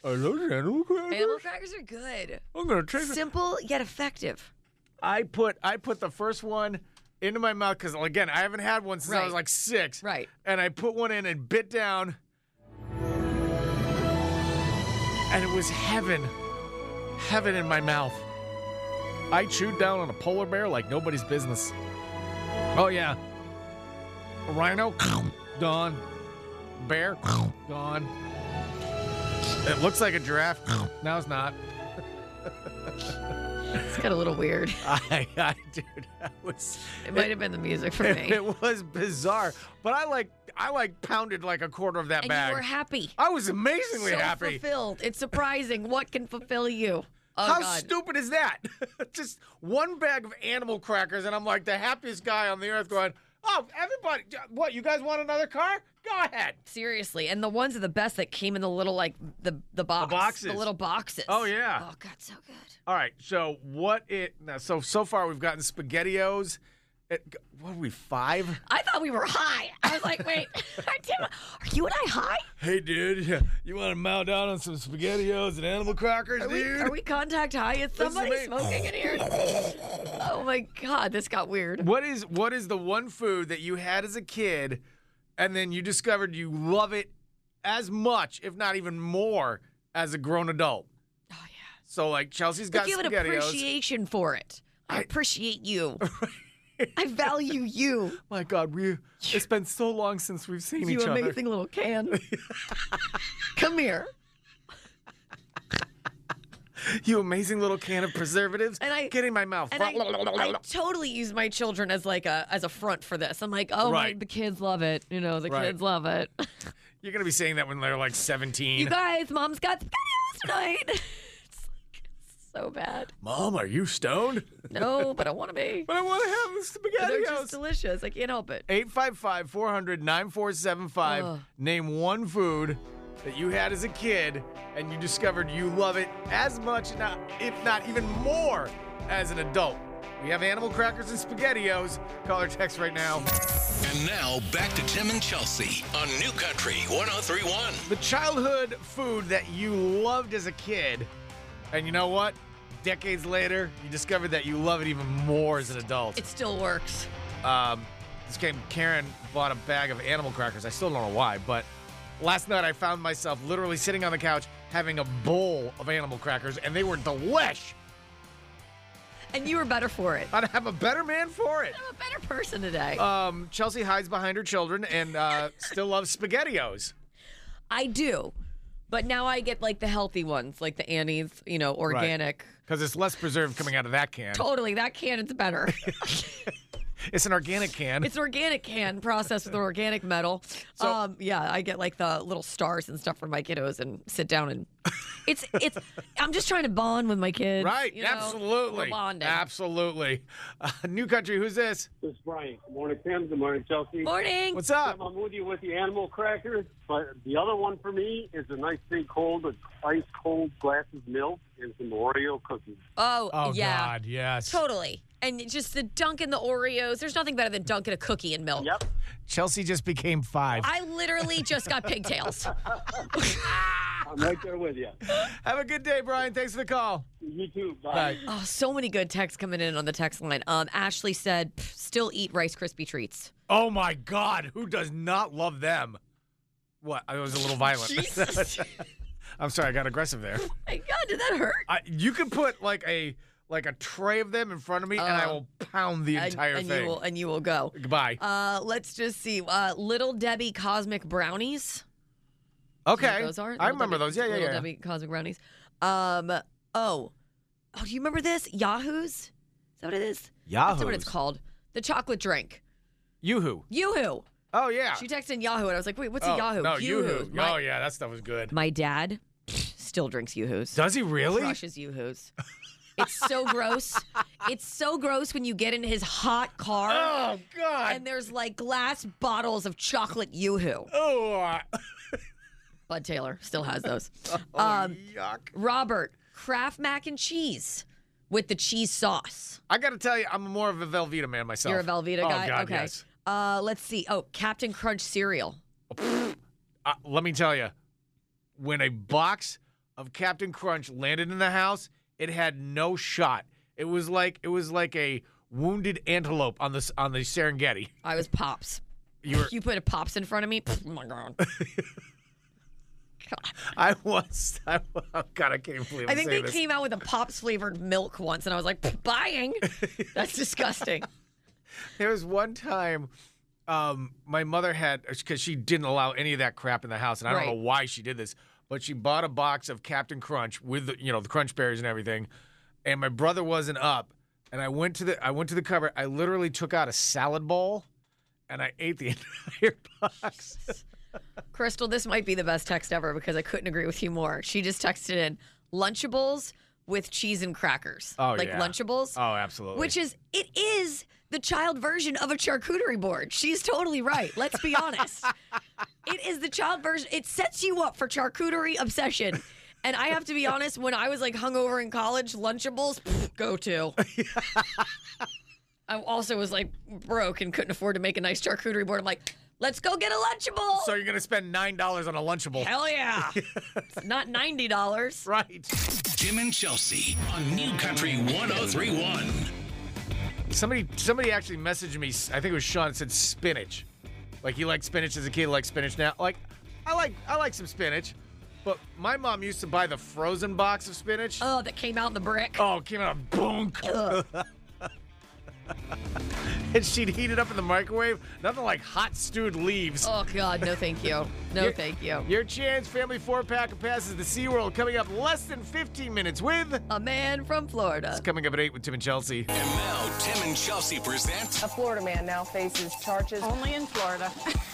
Speaker 3: Are those animal crackers?
Speaker 4: Animal crackers are good.
Speaker 3: I'm gonna take them.
Speaker 4: Simple yet effective.
Speaker 3: I put I put the first one into my mouth because again I haven't had one since I was
Speaker 4: Right.
Speaker 3: like six.
Speaker 4: Right.
Speaker 3: And I put one in and bit down, and it was heaven, heaven in my mouth. I chewed down on a polar bear like nobody's business. Oh yeah, a rhino gone, bear gone. It looks like a giraffe. Now it's not.
Speaker 4: It's got a little weird.
Speaker 3: I, I dude, that was
Speaker 4: It might have been the music for
Speaker 3: it,
Speaker 4: me.
Speaker 3: was bizarre. But I like I like pounded like a quarter of that
Speaker 4: And
Speaker 3: bag.
Speaker 4: you were happy.
Speaker 3: I was amazingly
Speaker 4: so
Speaker 3: happy.
Speaker 4: fulfilled. It's surprising what can fulfill you. Oh,
Speaker 3: How
Speaker 4: God.
Speaker 3: stupid is that? Just one bag of animal crackers, and I'm like the happiest guy on the earth. Going, oh, everybody, what? You guys want another car? Go ahead.
Speaker 4: Seriously, and the ones are the best that came in the little like the the box,
Speaker 3: boxes.
Speaker 4: the little boxes.
Speaker 3: Oh, yeah.
Speaker 4: Oh God, so good.
Speaker 3: All right. So what it? Now, so so far we've gotten spaghettios. At, what are we five?
Speaker 4: I thought we were high. I was like, wait, Tim, are you and I high?
Speaker 3: Hey, dude, you want to mow down on some spaghettios and animal crackers,
Speaker 4: Are we, are we contact high?
Speaker 3: This
Speaker 4: Is
Speaker 3: is
Speaker 4: somebody
Speaker 3: amazing.
Speaker 4: smoking in here? Oh my God, this got weird.
Speaker 3: What is what is the one food that you had as a kid, and then you discovered you love it as much, if not even more, as a grown adult?
Speaker 4: Oh yeah.
Speaker 3: So like Chelsea's
Speaker 4: But
Speaker 3: got
Speaker 4: give it
Speaker 3: spaghettios.
Speaker 4: appreciation for it. I
Speaker 3: I-
Speaker 4: appreciate you. I value you.
Speaker 3: My God, we it's been so long since we've seen
Speaker 4: You
Speaker 3: each other.
Speaker 4: amazing little can. Come here.
Speaker 3: You amazing little can of preservatives.
Speaker 4: And I-
Speaker 3: get in my mouth.
Speaker 4: And I, I totally use my children as like a as a front for this. I'm like, oh
Speaker 3: Right.
Speaker 4: my, the kids love it. You know, the
Speaker 3: Right.
Speaker 4: kids love it.
Speaker 3: You're gonna be saying that when they're like 17.
Speaker 4: you guys, mom's got spaghettios tonight. it's like it's so bad.
Speaker 3: Mom, are you stoned?
Speaker 4: No, but I want to be.
Speaker 3: But I want to have
Speaker 4: They're
Speaker 3: the
Speaker 4: just
Speaker 3: spaghettios.
Speaker 4: delicious. I can't help it.
Speaker 3: 855 400 9475.
Speaker 4: Ugh.
Speaker 3: Name one food that you had as a kid and you discovered you love it as much, not- if not even more, as an adult. We have animal crackers and spaghettios. Call or text right now.
Speaker 1: And now back to Tim and Chelsea on New Country 1031.
Speaker 3: The childhood food that you loved as a kid, and you know what? Decades later, you discovered that you love it even more as an adult.
Speaker 4: It still works.
Speaker 3: Um, this game, Karen bought a bag of animal crackers. I still don't know why, but last night I found myself literally sitting on the couch having a bowl of animal crackers, and they were delish.
Speaker 4: And you were better for it.
Speaker 3: I'd have a better man for it.
Speaker 4: I'm a better person today.
Speaker 3: Um, Chelsea hides behind her children and uh, still loves SpaghettiOs.
Speaker 4: I do. But now I get like the healthy ones, like the Annie's, you know, organic.
Speaker 3: Because it's less preserved coming out of that can.
Speaker 4: Totally. That can, it's better.
Speaker 3: It's an organic can.
Speaker 4: It's an organic can processed with an organic metal. um, yeah, I get like the little stars and stuff for my kiddos and sit down and it's it's. I'm just trying to bond with my kids.
Speaker 3: Right,
Speaker 4: you know?
Speaker 3: absolutely.
Speaker 4: We're bonding.
Speaker 3: Absolutely. Uh, new country, who's this?
Speaker 7: This is Brian. Good morning, Tim. Good morning, Chelsea.
Speaker 4: Morning.
Speaker 3: What's up?
Speaker 7: Tim, I'm with you with the animal crackers, but the other one for me is a nice big cold, of ice cold glass of milk and some Oreo cookies.
Speaker 4: Oh,
Speaker 3: Oh
Speaker 4: yeah,
Speaker 3: God, yes.
Speaker 4: totally. And it's just the dunk in the Oreos. There's nothing better than dunking a cookie in milk.
Speaker 7: Yep.
Speaker 3: Chelsea just became five.
Speaker 4: I literally just got pigtails.
Speaker 7: I'm right there with you.
Speaker 3: Have a good day, Brian. Thanks for the call.
Speaker 7: You too.
Speaker 3: Bye.
Speaker 4: oh, so many good texts coming in on the text line. Um, Ashley said, "Pff, "Still eat Rice Krispie treats."
Speaker 3: Oh my God, who does not love them? What? I was a little violent.
Speaker 4: Jesus.
Speaker 3: I'm sorry, I got aggressive there.
Speaker 4: My God, did that hurt?
Speaker 3: I, you can put like a like a tray of them in front of me, and I
Speaker 4: Oh.
Speaker 3: will pound the
Speaker 4: And-
Speaker 3: entire
Speaker 4: and
Speaker 3: thing.
Speaker 4: you will and you will go.
Speaker 3: Goodbye.
Speaker 4: Uh, let's just see. Uh, Little Debbie Cosmic Brownies. Is that
Speaker 3: okay,
Speaker 4: what Those are.
Speaker 3: I
Speaker 4: Little
Speaker 3: remember
Speaker 4: Debbie-
Speaker 3: those. Yeah, yeah,
Speaker 4: Little
Speaker 3: yeah.
Speaker 4: Debbie Cosmic Brownies. Um. Oh. Oh, do you remember this? Yahoo's. Is that what it is? That's what it's
Speaker 3: Yahoo's?
Speaker 4: called. The chocolate drink.
Speaker 3: Yoo-hoo.
Speaker 4: Yoo-hoo.
Speaker 3: Oh yeah.
Speaker 4: She texted in Yahoo, and I was like, "Wait, what's
Speaker 3: oh,
Speaker 4: a Yahoo?"
Speaker 3: No,
Speaker 4: Yoo-hoo's.
Speaker 3: Yoo-hoo.
Speaker 4: My,
Speaker 3: oh yeah, that stuff was good.
Speaker 4: my dad still drinks Yoo-hoos.
Speaker 3: Does he really?
Speaker 4: Crushes Yoo-hoos. It's so gross. It's so gross when you get in his hot car.
Speaker 3: Oh God.
Speaker 4: and there's like glass bottles of chocolate yoo-hoo.
Speaker 3: oh. uh,
Speaker 4: Bud Taylor still has those.
Speaker 3: oh,
Speaker 4: Um,
Speaker 3: yuck.
Speaker 4: Robert, Kraft mac and cheese with the cheese sauce.
Speaker 3: I got to tell you, I'm more of a Velveeta man myself.
Speaker 4: You're a Velveeta
Speaker 3: oh,
Speaker 4: guy?
Speaker 3: God,
Speaker 4: okay.
Speaker 3: yes.
Speaker 4: Uh, let's see. Oh, Captain Crunch cereal.
Speaker 3: uh, let me tell you, when a box of Captain Crunch landed in the house, it had no shot. It was like it was like a wounded antelope on the s- on the Serengeti.
Speaker 4: I was Pops.
Speaker 3: You were,
Speaker 4: You put a Pops in front of me? Pff, my God. God.
Speaker 3: I was. I, oh God, I can't believe.
Speaker 4: I
Speaker 3: I'm
Speaker 4: think they
Speaker 3: saying this.
Speaker 4: came out with a Pops flavored milk once, and I was like, "Pff, buying? That's disgusting.
Speaker 3: There was one time. Um, my mother had because she didn't allow any of that crap in the house, and I
Speaker 4: Right.
Speaker 3: don't know why she did this, but she bought a box of Captain Crunch with the, you know the Crunch Berries and everything, and my brother wasn't up. And I went to the I went to the cupboard. I literally took out a salad bowl, and I ate the entire box.
Speaker 4: Crystal, this might be the best text ever because I couldn't agree with you more. She just texted in Lunchables with cheese and crackers.
Speaker 3: Oh,
Speaker 4: like
Speaker 3: yeah.
Speaker 4: Lunchables.
Speaker 3: Oh, absolutely.
Speaker 4: Which is, it is the child version of a charcuterie board. She's totally right. Let's be honest. it is the child version. It sets you up for charcuterie obsession. And I have to be honest, when I was like hungover in college, Lunchables, pff, go to. I also was like broke and couldn't afford to make a nice charcuterie board. I'm like, let's go get a Lunchable.
Speaker 3: so you're gonna spend nine dollars on a lunchable,
Speaker 4: Hell yeah. It's Not $90.
Speaker 3: right?
Speaker 1: Jim and Chelsea on New Country 1031.
Speaker 3: Somebody somebody actually messaged me. I think it was Sean. Said spinach. Like he liked spinach as a kid. Like spinach now. Like I like I like some spinach, but my mom used to buy the frozen box of spinach.
Speaker 4: Oh, that came out in the brick.
Speaker 3: Oh, it came out of bunk. and she'd heat it up in the microwave. Nothing like hot stewed leaves.
Speaker 4: Oh, God. No, thank you. No, thank you.
Speaker 3: Your chance, family four pack of passes to SeaWorld coming up less than 15 minutes with.
Speaker 4: A man from Florida.
Speaker 3: It's coming up at 8 with Tim and Chelsea.
Speaker 1: And now Tim and Chelsea present
Speaker 8: A Florida man now faces charges.
Speaker 9: Only in Florida.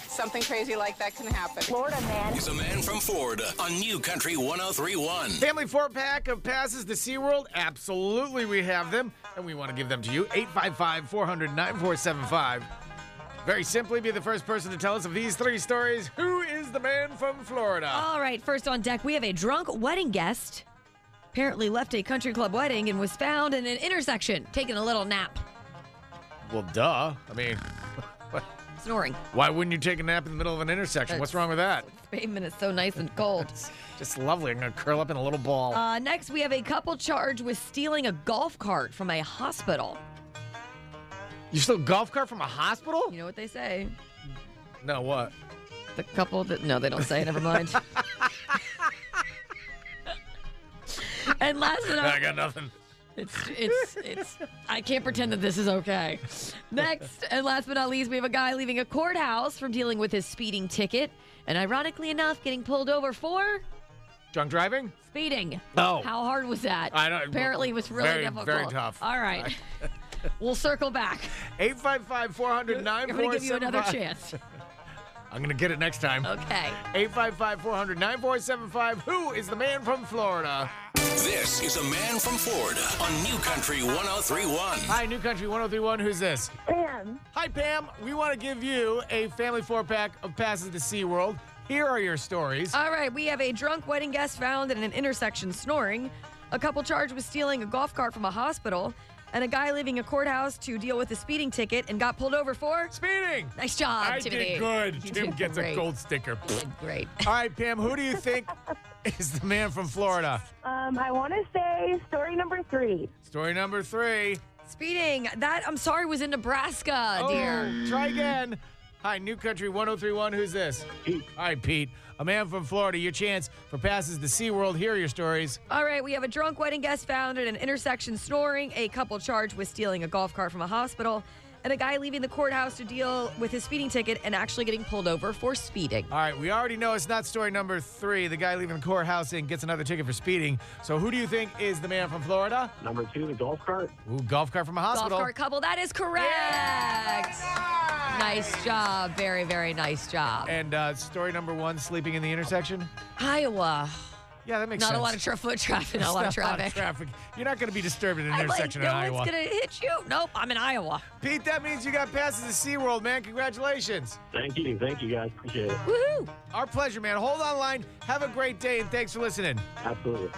Speaker 9: Something crazy like that can happen.
Speaker 5: Florida man.
Speaker 1: is a man from Florida on New Country 1031.
Speaker 3: Family four pack of passes to SeaWorld. Absolutely, we have them, and we want to give them to you. 855 400 9475. Very simply, be the first person to tell us of these three stories. Who is the man from Florida?
Speaker 4: All right. First on deck, we have a drunk wedding guest. Apparently left a country club wedding and was found in an intersection taking a little nap,
Speaker 3: Well, duh. I mean,
Speaker 4: snoring.
Speaker 3: why wouldn't you take a nap in the middle of an intersection? What's wrong with that?
Speaker 4: The pavement is so nice and cold.
Speaker 3: Just lovely. I'm going to curl up in a little ball.
Speaker 4: Uh, next, we have a couple charged with stealing a golf cart from a hospital.
Speaker 3: you stole a golf cart from a hospital?
Speaker 4: You know what they say?
Speaker 3: no, what?
Speaker 4: The couple that no, they don't say. Never mind. and last but not
Speaker 3: I got nothing.
Speaker 4: It's it's it's I can't pretend that this is okay. Next and last but not least, we have a guy leaving a courthouse from dealing with his speeding ticket and ironically enough getting pulled over for
Speaker 3: Drunk driving?
Speaker 4: speeding.
Speaker 3: No.
Speaker 4: How hard was that?
Speaker 3: Oh. I don't-
Speaker 4: Apparently it was really
Speaker 3: very-
Speaker 4: difficult.
Speaker 3: very tough.
Speaker 4: All right. we'll circle back.
Speaker 3: 855 400
Speaker 4: I'm gonna give you another chance.
Speaker 3: I'm going to get it next time.
Speaker 4: Okay.
Speaker 3: 855 400 9475. Who is the man from Florida?
Speaker 1: This is a man from Florida on New Country 1031.
Speaker 3: Hi, New Country 1031. Who's this?
Speaker 5: Bam.
Speaker 3: Hi, Pam. We want to give you a family four pack of passes to SeaWorld. Here are your stories.
Speaker 4: All right, we have a drunk wedding guest found at an intersection snoring, a couple charged with stealing a golf cart from a hospital, and a guy leaving a courthouse to deal with a speeding ticket and got pulled over for.
Speaker 3: Speeding.
Speaker 4: Nice job,
Speaker 3: I
Speaker 4: Timothy.
Speaker 3: did good.
Speaker 4: You
Speaker 3: Tim
Speaker 4: did
Speaker 3: gets a
Speaker 4: great.
Speaker 3: gold sticker.
Speaker 4: You did Great.
Speaker 3: All right, Pam, who do you think is the man from Florida?
Speaker 5: Um, I want to say story number three.
Speaker 3: Story number three.
Speaker 4: Speeding. That I'm sorry was in Nebraska, dear.
Speaker 3: Oh, try again. Hi, New Country 1031. Who's this? Pete. Hi, Pete. A man from Florida. Your chance for passes to SeaWorld. Here are your stories.
Speaker 4: All right, we have a drunk wedding guest found at an intersection snoring, a couple charged with stealing a golf cart from a hospital, and a guy leaving the courthouse to deal with his speeding ticket and actually getting pulled over for speeding.
Speaker 3: All right, we already know it's not story number three. The guy leaving the courthouse and gets another ticket for speeding. So, who do you think is the man from Florida?
Speaker 7: Number two, the golf cart.
Speaker 3: Ooh, golf cart from a
Speaker 4: Golf
Speaker 3: hospital.
Speaker 4: cart couple. That is correct. Nice job. Very, very nice job.
Speaker 3: And uh, story number one, sleeping in the intersection.
Speaker 4: Iowa.
Speaker 3: Yeah, that makes
Speaker 4: Not
Speaker 3: sense.
Speaker 4: a lot of tra- foot traffic. Not a lot of
Speaker 3: It's not
Speaker 4: traffic.
Speaker 3: You're not going to be disturbed at an
Speaker 4: I'm like,
Speaker 3: intersection
Speaker 4: no
Speaker 3: in Iowa.
Speaker 4: one's gonna hit you. Nope, I'm in Iowa.
Speaker 3: Pete, that means you got passes to SeaWorld, man. Congratulations.
Speaker 7: Thank you. Thank you, guys. Appreciate it.
Speaker 4: Woohoo!
Speaker 3: Our pleasure, man. Hold on line. Have a great day, and thanks for listening.
Speaker 7: Absolutely.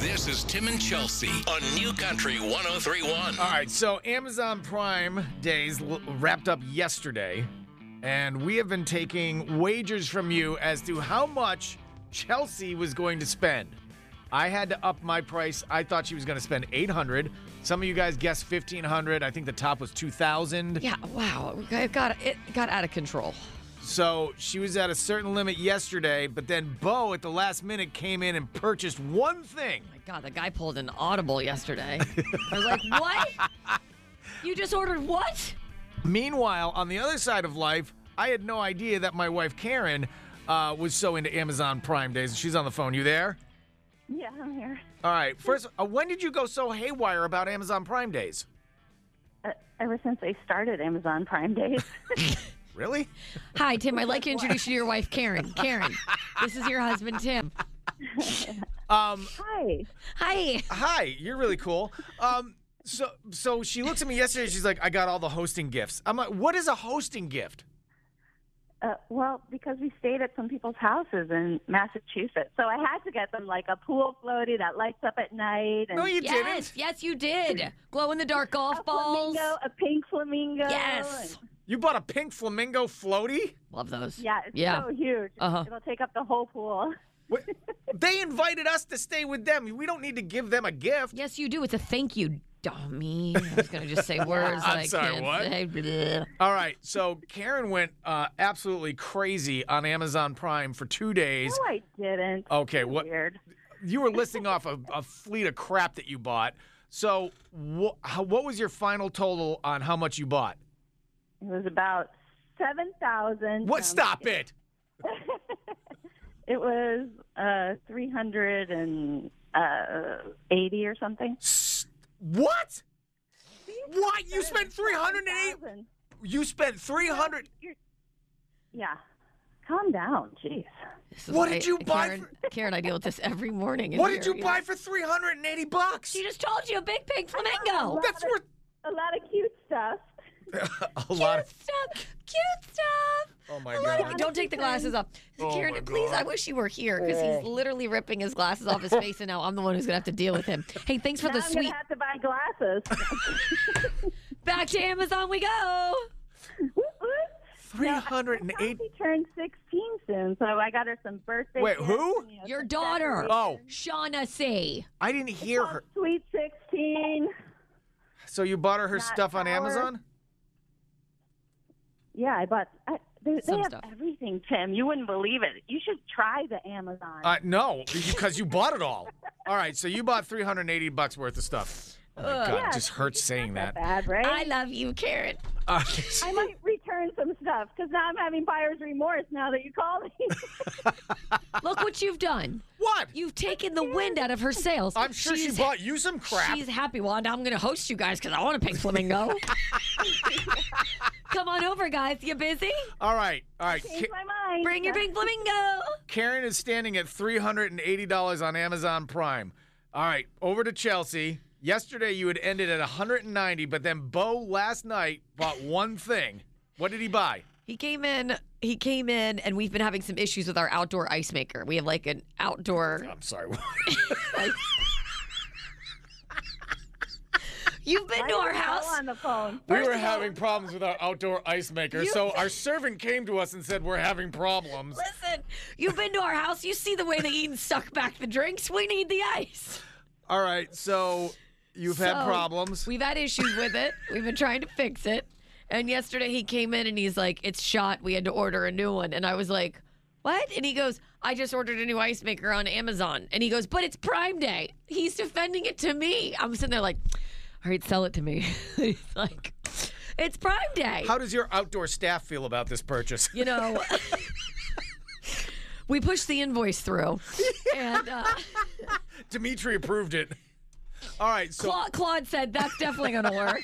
Speaker 1: This is Tim and Chelsea on New Country 1031.
Speaker 3: All right, so Amazon Prime days l- wrapped up yesterday, and we have been taking wagers from you as to how much Chelsea was going to spend. I had to up my price. I thought she was going to spend 800. Some of you guys guessed 1500. I think the top was 2000.
Speaker 4: Yeah, wow. It got it got out of control.
Speaker 3: So she was at a certain limit yesterday, but then Bo at the last minute came in and purchased one thing.
Speaker 4: My God, the guy pulled an audible yesterday. I was like, what? You just ordered what?
Speaker 3: Meanwhile, on the other side of life, I had no idea that my wife Karen uh, was so into Amazon Prime Days. She's on the phone. You there?
Speaker 5: Yeah, I'm here.
Speaker 3: All right. First, uh, when did you go so haywire about Amazon Prime Days?
Speaker 5: Uh, ever since they started Amazon Prime Days.
Speaker 3: Really?
Speaker 4: Hi, Tim. I'd like to introduce you to your wife, Karen. Karen, this is your husband, Tim.
Speaker 3: Um,
Speaker 5: Hi.
Speaker 4: Hi.
Speaker 3: hi, you're really cool. Um, so, so she looks at me yesterday. She's like, "I got all the hosting gifts." I'm like, "What is a hosting gift?"
Speaker 5: Uh, well, because we stayed at some people's houses in Massachusetts, so I had to get them like a pool floaty that lights up at night, and
Speaker 3: No, you
Speaker 4: Yes,
Speaker 3: didn't.
Speaker 4: yes, you did. Glow in the dark golf
Speaker 5: a
Speaker 4: balls.
Speaker 5: flamingo, a pink flamingo.
Speaker 4: Yes.
Speaker 5: and-
Speaker 3: You bought a pink flamingo floaty.
Speaker 4: Love those.
Speaker 5: Oh. yeah, it's
Speaker 4: Yeah.
Speaker 5: so huge.
Speaker 4: Uh-huh.
Speaker 5: It'll take up the whole pool.
Speaker 3: What- they invited us to stay with them. We don't need to give them a gift.
Speaker 4: Yes, you do. It's a thank you, dummy. I was gonna just say words.
Speaker 3: I'm
Speaker 4: that I
Speaker 3: sorry,
Speaker 4: can't
Speaker 3: what?
Speaker 4: say. Bleh.
Speaker 3: All right. So Karen went uh, absolutely crazy on Amazon Prime for two days.
Speaker 5: No, Oh, I didn't.
Speaker 3: Okay, what-
Speaker 5: Weird.
Speaker 3: You were listing off a, a fleet of crap that you bought. So wh- how, what was your final total on how much you bought?
Speaker 5: It was about seven thousand.
Speaker 3: What? Stop it.
Speaker 5: It was uh, three hundred and uh, eighty or something.
Speaker 3: S- What? What? You spent three hundred and eight.
Speaker 5: 7,000.
Speaker 3: You spent three hundred.
Speaker 5: Yeah. Calm down, jeez.
Speaker 4: This is
Speaker 3: What
Speaker 4: why-
Speaker 3: did you buy
Speaker 4: Karen, Karen, I deal with this every morning. in
Speaker 3: What did
Speaker 4: here,
Speaker 3: you buy for three hundred and eighty bucks?
Speaker 4: She just told you a big pink flamingo.
Speaker 3: That's worth
Speaker 5: A lot of cute stuff.
Speaker 3: a lot. Of,
Speaker 4: Cute stuff. Cute stuff.
Speaker 3: oh my
Speaker 4: I love
Speaker 3: god. Oh
Speaker 4: it. Don't take the glasses off. Karen, please, I wish you were here because he's literally ripping his glasses off his face, and now I'm the one who's going to have to deal with him. Hey, thanks for
Speaker 5: Now
Speaker 4: the
Speaker 5: I'm gonna
Speaker 4: sweet.
Speaker 5: have to buy glasses.
Speaker 4: Back to Amazon we go.
Speaker 3: Three hundred and eight.
Speaker 5: She turned 16 soon, so I got her some birthday.
Speaker 3: Wait, who?
Speaker 5: gifts, you know,
Speaker 4: Your
Speaker 5: some
Speaker 4: daughter.
Speaker 3: Oh,
Speaker 4: Shaughnessy.
Speaker 3: I didn't hear her.
Speaker 5: Oh, Sweet 16.
Speaker 3: So you bought her her
Speaker 5: Not
Speaker 3: stuff on
Speaker 5: ours.
Speaker 3: Amazon?
Speaker 5: Yeah, I bought. I, they they
Speaker 4: Some
Speaker 5: have
Speaker 4: stuff.
Speaker 5: everything, Tim. You wouldn't believe it. You should try the Amazon.
Speaker 3: Uh, no, because you bought it all. All right, so you bought 380 bucks worth of stuff. Oh my god, it just hurts saying that.
Speaker 5: Bad, right?
Speaker 4: I love you, Karen.
Speaker 3: Uh,
Speaker 5: I might return some stuff because now I'm having buyer's remorse now that you called me.
Speaker 4: Look what you've done.
Speaker 3: what?
Speaker 4: You've taken the wind out of her sails.
Speaker 3: I'm sure she
Speaker 4: She's-
Speaker 3: bought you some crap.
Speaker 4: She's happy. Well, now I'm going to host you guys because I want a pink flamingo. Come on over, guys. You busy?
Speaker 3: All right, all right.
Speaker 5: Change
Speaker 3: Ka-
Speaker 5: my mind.
Speaker 4: Bring your pink flamingo.
Speaker 3: Karen is standing at $380 on Amazon Prime. All right, over to Chelsea. Yesterday you had ended at 190, but then Bo last night bought one thing. What did he buy?
Speaker 4: He came in. He came in, and we've been having some issues with our outdoor ice maker. We have like an outdoor.
Speaker 3: I'm sorry.
Speaker 4: You've been to our
Speaker 5: Call
Speaker 4: house.
Speaker 5: on the phone.
Speaker 3: we were having problems with our outdoor ice maker,
Speaker 4: You-
Speaker 3: so our servant came to us and said we're having problems.
Speaker 4: Listen, you've been to our house. You see the way they eat and suck back the drinks. We need the ice.
Speaker 3: All right, so you've had
Speaker 4: So,
Speaker 3: problems.
Speaker 4: We've had issues with it. We've been trying to fix it. And yesterday he came in and he's like, "It's shot. We had to order a new one." And I was like, "What?" And he goes, "I just ordered a new ice maker on Amazon." And he goes, "But it's Prime Day." He's defending it to me. I'm sitting there like, "All right, sell it to me." he's like, "It's Prime Day."
Speaker 3: How does your outdoor staff feel about this purchase?
Speaker 4: you know. We pushed the invoice through, and uh,
Speaker 3: Dimitri approved it. All right, so
Speaker 4: Cla- Claude said that's definitely going to work.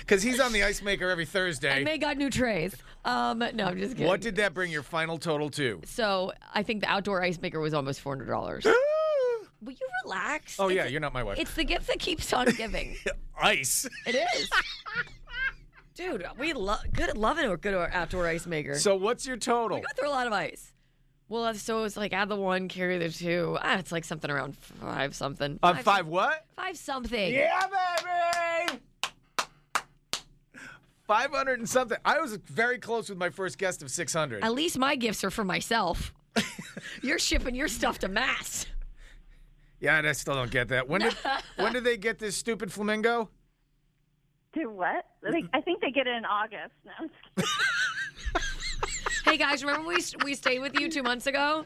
Speaker 3: because he's on the ice maker every Thursday.
Speaker 4: and they got new trays. Um, no, I'm just kidding.
Speaker 3: what did that bring your final total to?
Speaker 4: So I think the outdoor ice maker was almost four hundred dollars. Will you relax?
Speaker 3: Oh
Speaker 4: It's-
Speaker 3: yeah, you're not my wife.
Speaker 4: It's the gift that keeps on giving.
Speaker 3: ice.
Speaker 4: it is. Dude, we love good loving a good outdoor ice maker.
Speaker 3: So what's your total?
Speaker 4: we go through a lot of ice. Well, so it's like add the one, carry the two. Ah, it's like something around five something.
Speaker 3: Uh, five what?
Speaker 4: Five something.
Speaker 3: Yeah, baby. Five hundred and something. I was very close with my first guest of six hundred.
Speaker 4: At least my gifts are for myself. You're shipping your stuff to mass.
Speaker 3: Yeah, and I still don't get that. When did when did they get this stupid flamingo?
Speaker 5: Do what? Like, I think they get it in August. No, I'm just kidding.
Speaker 4: Hey guys, remember we we stayed with you two months ago?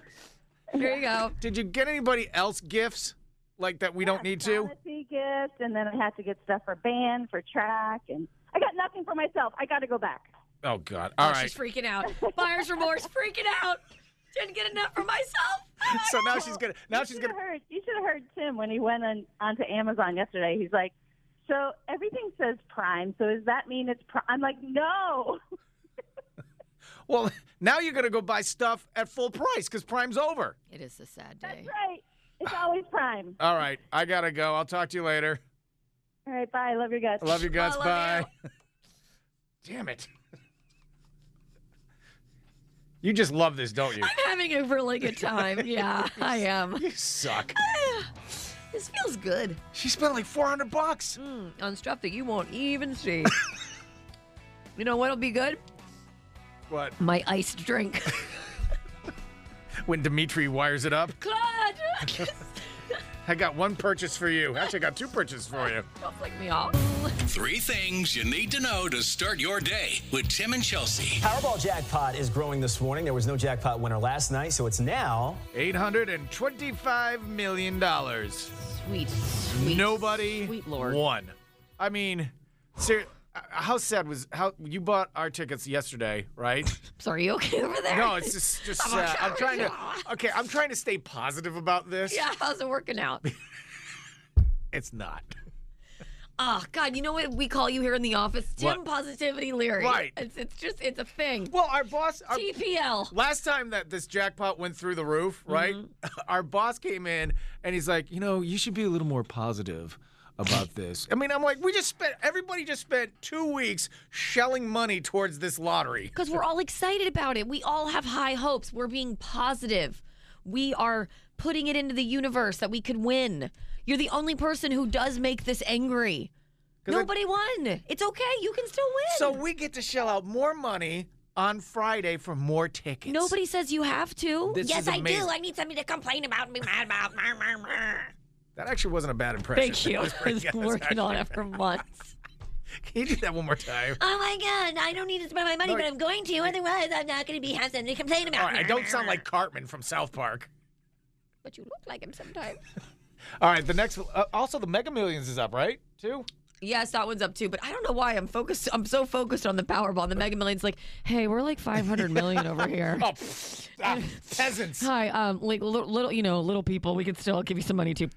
Speaker 4: Here you go.
Speaker 3: Did you get anybody else gifts like that we don't need to?
Speaker 5: Fantasy gift, and then I had to get stuff for band, for track, and I got nothing for myself. I got to go back.
Speaker 3: Oh God! All
Speaker 4: Oh,
Speaker 3: right.
Speaker 4: She's freaking out. Buyer's remorse, freaking out. didn't get enough for myself.
Speaker 3: So now she's gonna. Now she's
Speaker 10: should
Speaker 3: gonna.
Speaker 10: have heard. You should have heard Tim when he went on onto Amazon yesterday. He's like, "So everything says Prime. So does that mean it's Prime?" I'm like, "No."
Speaker 3: Well, now you're gonna go buy stuff at full price because Prime's over.
Speaker 4: It is a sad
Speaker 10: That's
Speaker 4: day.
Speaker 10: right. It's always Prime.
Speaker 3: All right, I gotta go. I'll talk to you later.
Speaker 10: All right. Bye. Love your guts.
Speaker 3: I love you guys.
Speaker 4: love
Speaker 3: Bye. Damn it. You just love this, don't you?
Speaker 4: I'm having a really good time. Yeah, I am.
Speaker 3: You suck.
Speaker 4: This feels good.
Speaker 3: She spent like 400 bucks.
Speaker 4: Mm, on stuff that you won't even see. you know what'll be good?
Speaker 3: What?
Speaker 4: My iced drink.
Speaker 3: When Dimitri wires it up,
Speaker 4: Claude!
Speaker 3: I got one purchase for you. Actually, I got two purchases for you.
Speaker 4: Don't flick me off.
Speaker 1: Three things you need to know to start your day with Tim and Chelsea.
Speaker 11: Powerball jackpot is growing this morning. There was no jackpot winner last night, so it's now
Speaker 3: $825 million.
Speaker 4: Sweet, sweet.
Speaker 3: Nobody
Speaker 4: Sweet Lord.
Speaker 3: won. I mean, ser- uh, how sad was how you bought our tickets yesterday, right?
Speaker 4: Sorry, you okay over there?
Speaker 3: No, it's just just
Speaker 4: I'm not
Speaker 3: sad. I'm
Speaker 4: sure.
Speaker 3: trying to Okay, I'm trying to stay positive about this.
Speaker 4: Yeah, how's it working out?
Speaker 3: It's not.
Speaker 4: Oh, God, you know what we call you here in the office? Tim
Speaker 3: What?
Speaker 4: Positivity Leary.
Speaker 3: Right.
Speaker 4: It's, it's just, it's a thing.
Speaker 3: Well, our boss our,
Speaker 4: TPL.
Speaker 3: last time that this jackpot went through the roof, right?
Speaker 4: Mm-hmm.
Speaker 3: Our boss came in and he's like, you know, you should be a little more positive about this. I mean, I'm like, we just spent, everybody just spent two weeks shelling money towards this lottery.
Speaker 4: Because we're all excited about it. We all have high hopes. We're being positive. We are putting it into the universe that we could win. You're the only person who does make this angry.
Speaker 3: 'Cause I-
Speaker 4: Nobody won. It's okay. You can still win.
Speaker 3: So we get to shell out more money on Friday for more tickets.
Speaker 4: Nobody says you have to.
Speaker 3: This
Speaker 4: yes,
Speaker 3: is
Speaker 4: I do.
Speaker 3: amazing.
Speaker 4: I need something to complain about and be mad about. Mar, mar, mar.
Speaker 3: That actually wasn't a bad impression.
Speaker 4: Thank you.
Speaker 3: That was
Speaker 4: I
Speaker 3: pretty-
Speaker 4: was
Speaker 3: yeah, that was
Speaker 4: working on
Speaker 3: actually-
Speaker 4: it for months.
Speaker 3: Can you do that one more time?
Speaker 4: Oh my god! I don't need to spend my money,
Speaker 3: No,
Speaker 4: but
Speaker 3: you-
Speaker 4: I'm going to. Otherwise, I'm not going to be have something to complain about.
Speaker 3: All right, I don't sound
Speaker 4: Mar,
Speaker 3: like Cartman from South Park.
Speaker 4: mar. But you look like him sometimes.
Speaker 3: All right, the next, uh, also the Mega Millions is up, right? Too?
Speaker 4: Yes, that one's up too. But I don't know why I'm focused. I'm so focused on the Powerball. The Mega Million's like, hey, we're like 500 million over here.
Speaker 3: Oh, pfft, ah, peasants.
Speaker 4: Hi, um, like little, little, you know, little people. We could still give you some money too.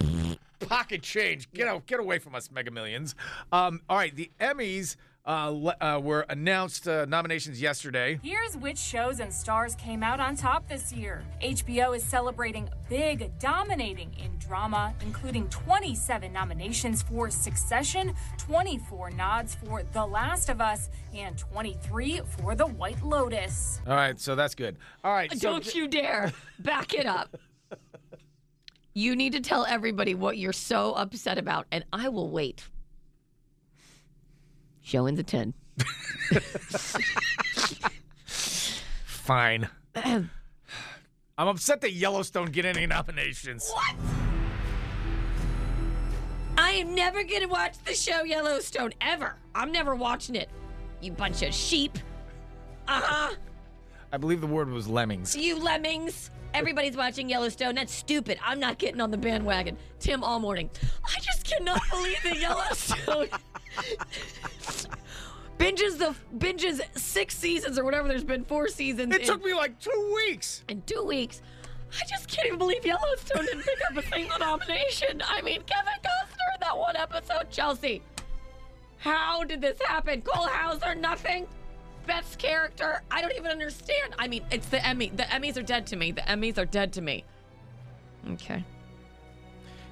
Speaker 3: pocket change. Get out, get away from us, Mega Millions. Um, all right, the Emmys uh, le- uh, were announced uh, nominations yesterday.
Speaker 10: Here's which shows and stars came out on top this year. HBO is celebrating big, dominating in drama, including 27 nominations for Succession, 24 nods for The Last of Us, and 23 for The White Lotus.
Speaker 3: All right, so that's good. All right, so
Speaker 4: don't you dare back it up. You need to tell everybody what you're so upset about, and I will wait. Showing's a ten.
Speaker 3: fine. I'm upset that Yellowstone get any nominations.
Speaker 4: What? I am never gonna watch the show Yellowstone ever. I'm never watching it. You bunch of sheep. Uh huh.
Speaker 3: I believe the word was lemmings.
Speaker 4: You lemmings. Everybody's watching Yellowstone. That's stupid. I'm not getting on the bandwagon. Tim all morning. I just cannot believe that Yellowstone binges the binges six seasons or whatever. There's been four seasons.
Speaker 3: It
Speaker 4: in-
Speaker 3: took me like two weeks.
Speaker 4: in two weeks. I just can't even believe Yellowstone didn't pick up a single nomination. I mean, Kevin Costner in that one episode, Chelsea. How did this happen? Cole Hauser, nothing. Beth's character, I don't even understand. I mean, it's the Emmy. The Emmys are dead to me. The Emmys are dead to me. Okay.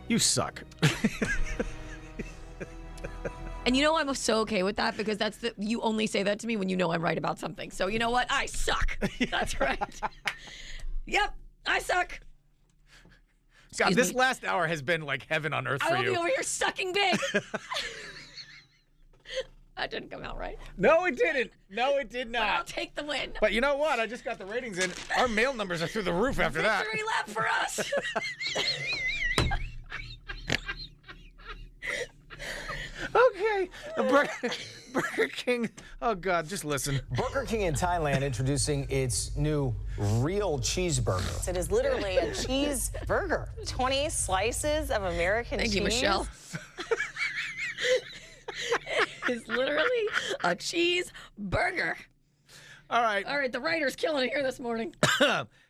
Speaker 3: You suck.
Speaker 4: And you know I'm so okay with that because that's the you only say that to me when you know I'm right about something. So you know what? I suck. That's right. yep, I suck.
Speaker 3: God,
Speaker 4: Excuse
Speaker 3: this
Speaker 4: me.
Speaker 3: last hour has been like heaven on earth for
Speaker 4: I will
Speaker 3: you.
Speaker 4: be over here sucking dick. that didn't come out right.
Speaker 3: No, it didn't. No, it did
Speaker 4: But I'll
Speaker 3: not.
Speaker 4: take the win.
Speaker 3: But you know what? I just got the ratings in. Our mail numbers are through the roof after that.
Speaker 4: Victory lap for us.
Speaker 3: Okay. Burger, Burger King. Oh God, just listen.
Speaker 11: Burger King in Thailand introducing its new real cheeseburger.
Speaker 8: It is literally a cheese burger. 20 slices of American
Speaker 4: Thank
Speaker 8: cheese.
Speaker 4: you, Michelle. it's literally a cheese burger.
Speaker 3: All right.
Speaker 4: All right, the writer's killing it here this morning.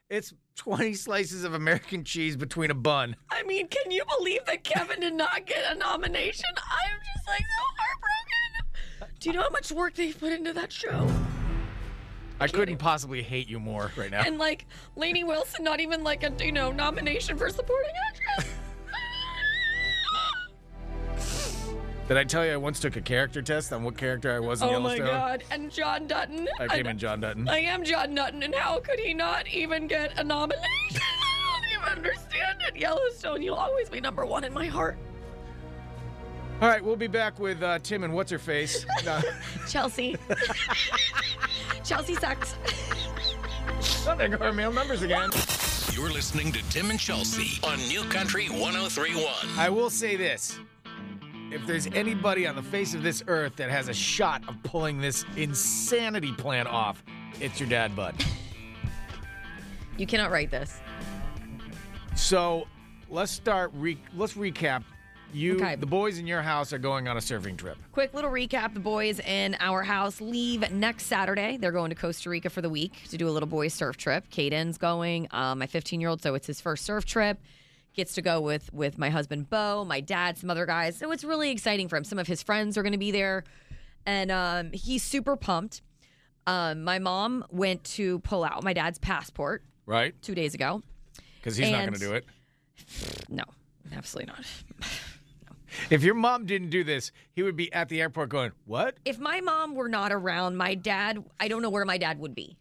Speaker 3: It's 20 slices of American cheese between a bun.
Speaker 4: I mean, can you believe that Kevin did not get a nomination? I'm just like so heartbroken. Do you know how much work they put into that show?
Speaker 3: I couldn't possibly hate you more right now.
Speaker 4: And like Lainey Wilson, not even like a you know nomination for supporting actress.
Speaker 3: Did I tell you I once took a character test on what character I was in
Speaker 4: oh my
Speaker 3: Yellowstone?
Speaker 4: god! And John Dutton.
Speaker 3: I came in John Dutton.
Speaker 4: I am John Dutton, and how could he not even get a nomination? I don't even understand it. Yellowstone, you'll always be number one in my heart.
Speaker 3: All right, we'll be back with uh, Tim and what's her face. No.
Speaker 4: Chelsea. Chelsea sucks.
Speaker 3: Oh, there go our male members again.
Speaker 1: You're listening to Tim and Chelsea on New Country 1031.
Speaker 3: I will say this. If there's anybody on the face of this earth that has a shot of pulling this insanity plan off, it's your dad, bud.
Speaker 4: You cannot write this.
Speaker 3: So let's start. Re- let's recap. You,
Speaker 4: Okay.
Speaker 3: the boys in your house, are going on a surfing trip.
Speaker 4: Quick little recap the boys in our house leave next Saturday. They're going to Costa Rica for the week to do a little boys surf trip. Caden's going, uh, my 15 year old, so it's his first surf trip. Gets to go with with my husband Bo, my dad, some other guys. So it's really exciting for him. Some of his friends are going to be there, and um, he's super pumped. Um, my mom went to pull out my dad's passport
Speaker 3: Right?
Speaker 4: two days ago.
Speaker 3: Because he's not
Speaker 4: And-
Speaker 3: going to do it.
Speaker 4: No, absolutely not.
Speaker 3: If your mom didn't do this, he would be at the airport going, "What?
Speaker 4: if my mom were not around, my dad, I don't know where my dad would be.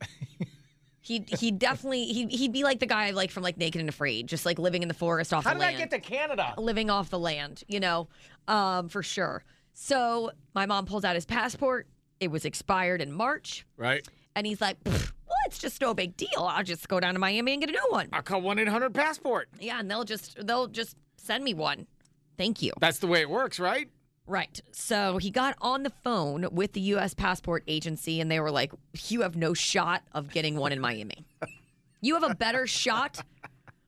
Speaker 4: He he definitely he he'd be like the guy like from like Naked and Afraid, just like living in the forest off
Speaker 3: How
Speaker 4: the
Speaker 3: did
Speaker 4: land,
Speaker 3: I get to Canada?"
Speaker 4: living off the land, you know, um, for sure. So my mom pulls out his passport. It was expired in March,
Speaker 3: Right?
Speaker 4: and he's like, "Pfft, "Well, it's just no big deal. I'll just go down to Miami and get a new one."
Speaker 3: I call one eight hundred passport.
Speaker 4: Yeah, and they'll just they'll just send me one. Thank you.
Speaker 3: That's the way it works, right?
Speaker 4: Right. So he got on the phone with the U.S. Passport Agency, and they were like, You have no shot of getting one in Miami. You have a better shot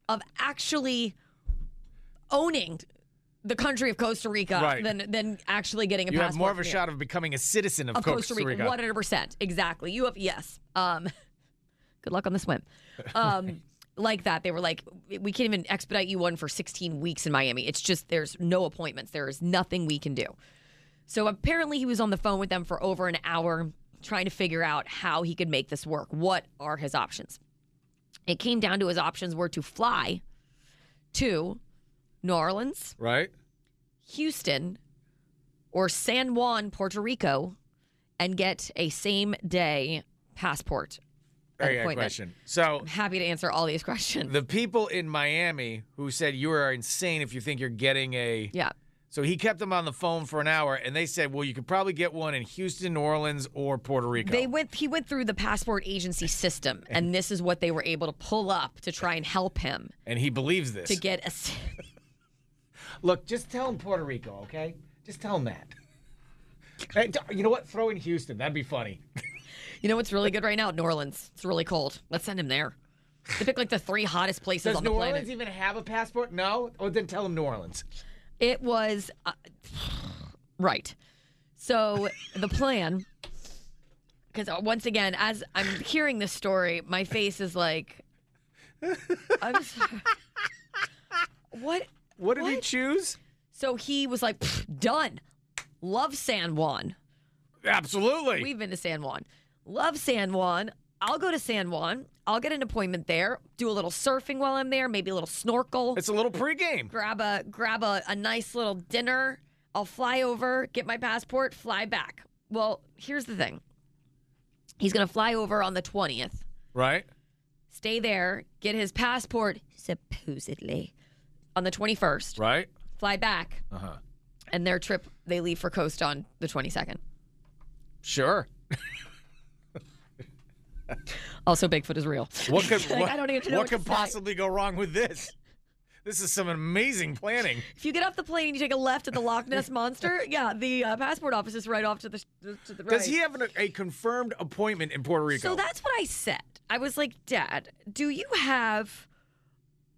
Speaker 4: of actually owning the country of Costa Rica
Speaker 3: Right.
Speaker 4: than, than actually getting a
Speaker 3: You
Speaker 4: passport.
Speaker 3: have more of a
Speaker 4: from here."
Speaker 3: shot of becoming a citizen of,
Speaker 4: of Costa Rica. 100%. Exactly. You have, yes. Um, good luck on the swim. Um, like that. They were like, we can't even expedite you one for 16 weeks in Miami. It's just, there's no appointments. There is nothing we can do. So apparently he was on the phone with them for over an hour trying to figure out how he could make this work. What are his options? It came down to his options were to fly to New Orleans,
Speaker 3: Right?
Speaker 4: Houston or San Juan, Puerto Rico, and get a same day passport.
Speaker 3: Very good
Speaker 4: appointment.
Speaker 3: question. So
Speaker 4: I'm happy to answer all these questions.
Speaker 3: the people in Miami who said you are insane if you think you're getting a
Speaker 4: yeah.
Speaker 3: So he kept them on the phone for an hour, and they said, "Well, you could probably get one in Houston, New Orleans, or Puerto Rico."
Speaker 4: They went he went through the passport agency system and this is what they were able to pull up to try and help him
Speaker 3: and he believes this.
Speaker 4: to get a s-
Speaker 3: Look, just tell him Puerto Rico, okay? Just tell him that. Hey, d- you know what? Throw in Houston. That'd be funny.
Speaker 4: You know what's really good right now? New Orleans. It's really cold. Let's send him there. They pick like the three hottest places
Speaker 3: Does
Speaker 4: on
Speaker 3: New
Speaker 4: the planet.
Speaker 3: Orleans even have a passport? No. Oh, then tell him New Orleans.
Speaker 4: It was uh, right. So the plan, because once again, as I'm hearing this story, my face is like, I'm sorry. what?
Speaker 3: What did he
Speaker 4: What?
Speaker 3: choose?
Speaker 4: So he was like, "Pfft, done. Love San Juan.
Speaker 3: Absolutely.
Speaker 4: We've been to San Juan. Love San Juan. I'll go to San Juan. I'll get an appointment there. Do a little surfing while I'm there. Maybe a little snorkel.
Speaker 3: it's a little pregame.
Speaker 4: grab a grab a, a nice little dinner. I'll fly over, get my passport, fly back. Well, here's the thing. He's gonna fly over on the twentieth,
Speaker 3: Right?
Speaker 4: stay there, get his passport, supposedly, on the twenty first,
Speaker 3: Right?
Speaker 4: fly back,
Speaker 3: Uh huh.
Speaker 4: and their trip they leave for Coast on the twenty second.
Speaker 3: Sure.
Speaker 4: Also, Bigfoot is real.
Speaker 3: What could
Speaker 4: Like,
Speaker 3: what,
Speaker 4: I don't even know
Speaker 3: what
Speaker 4: what
Speaker 3: could
Speaker 4: to say.
Speaker 3: possibly go wrong with this? This is some amazing planning.
Speaker 4: If you get off the plane and you take a left at the Loch Ness monster, yeah, the uh, passport office is right off to the to the right.
Speaker 3: Does he have an, a confirmed appointment in Puerto Rico?
Speaker 4: So that's what I said. I was like, Dad, do you have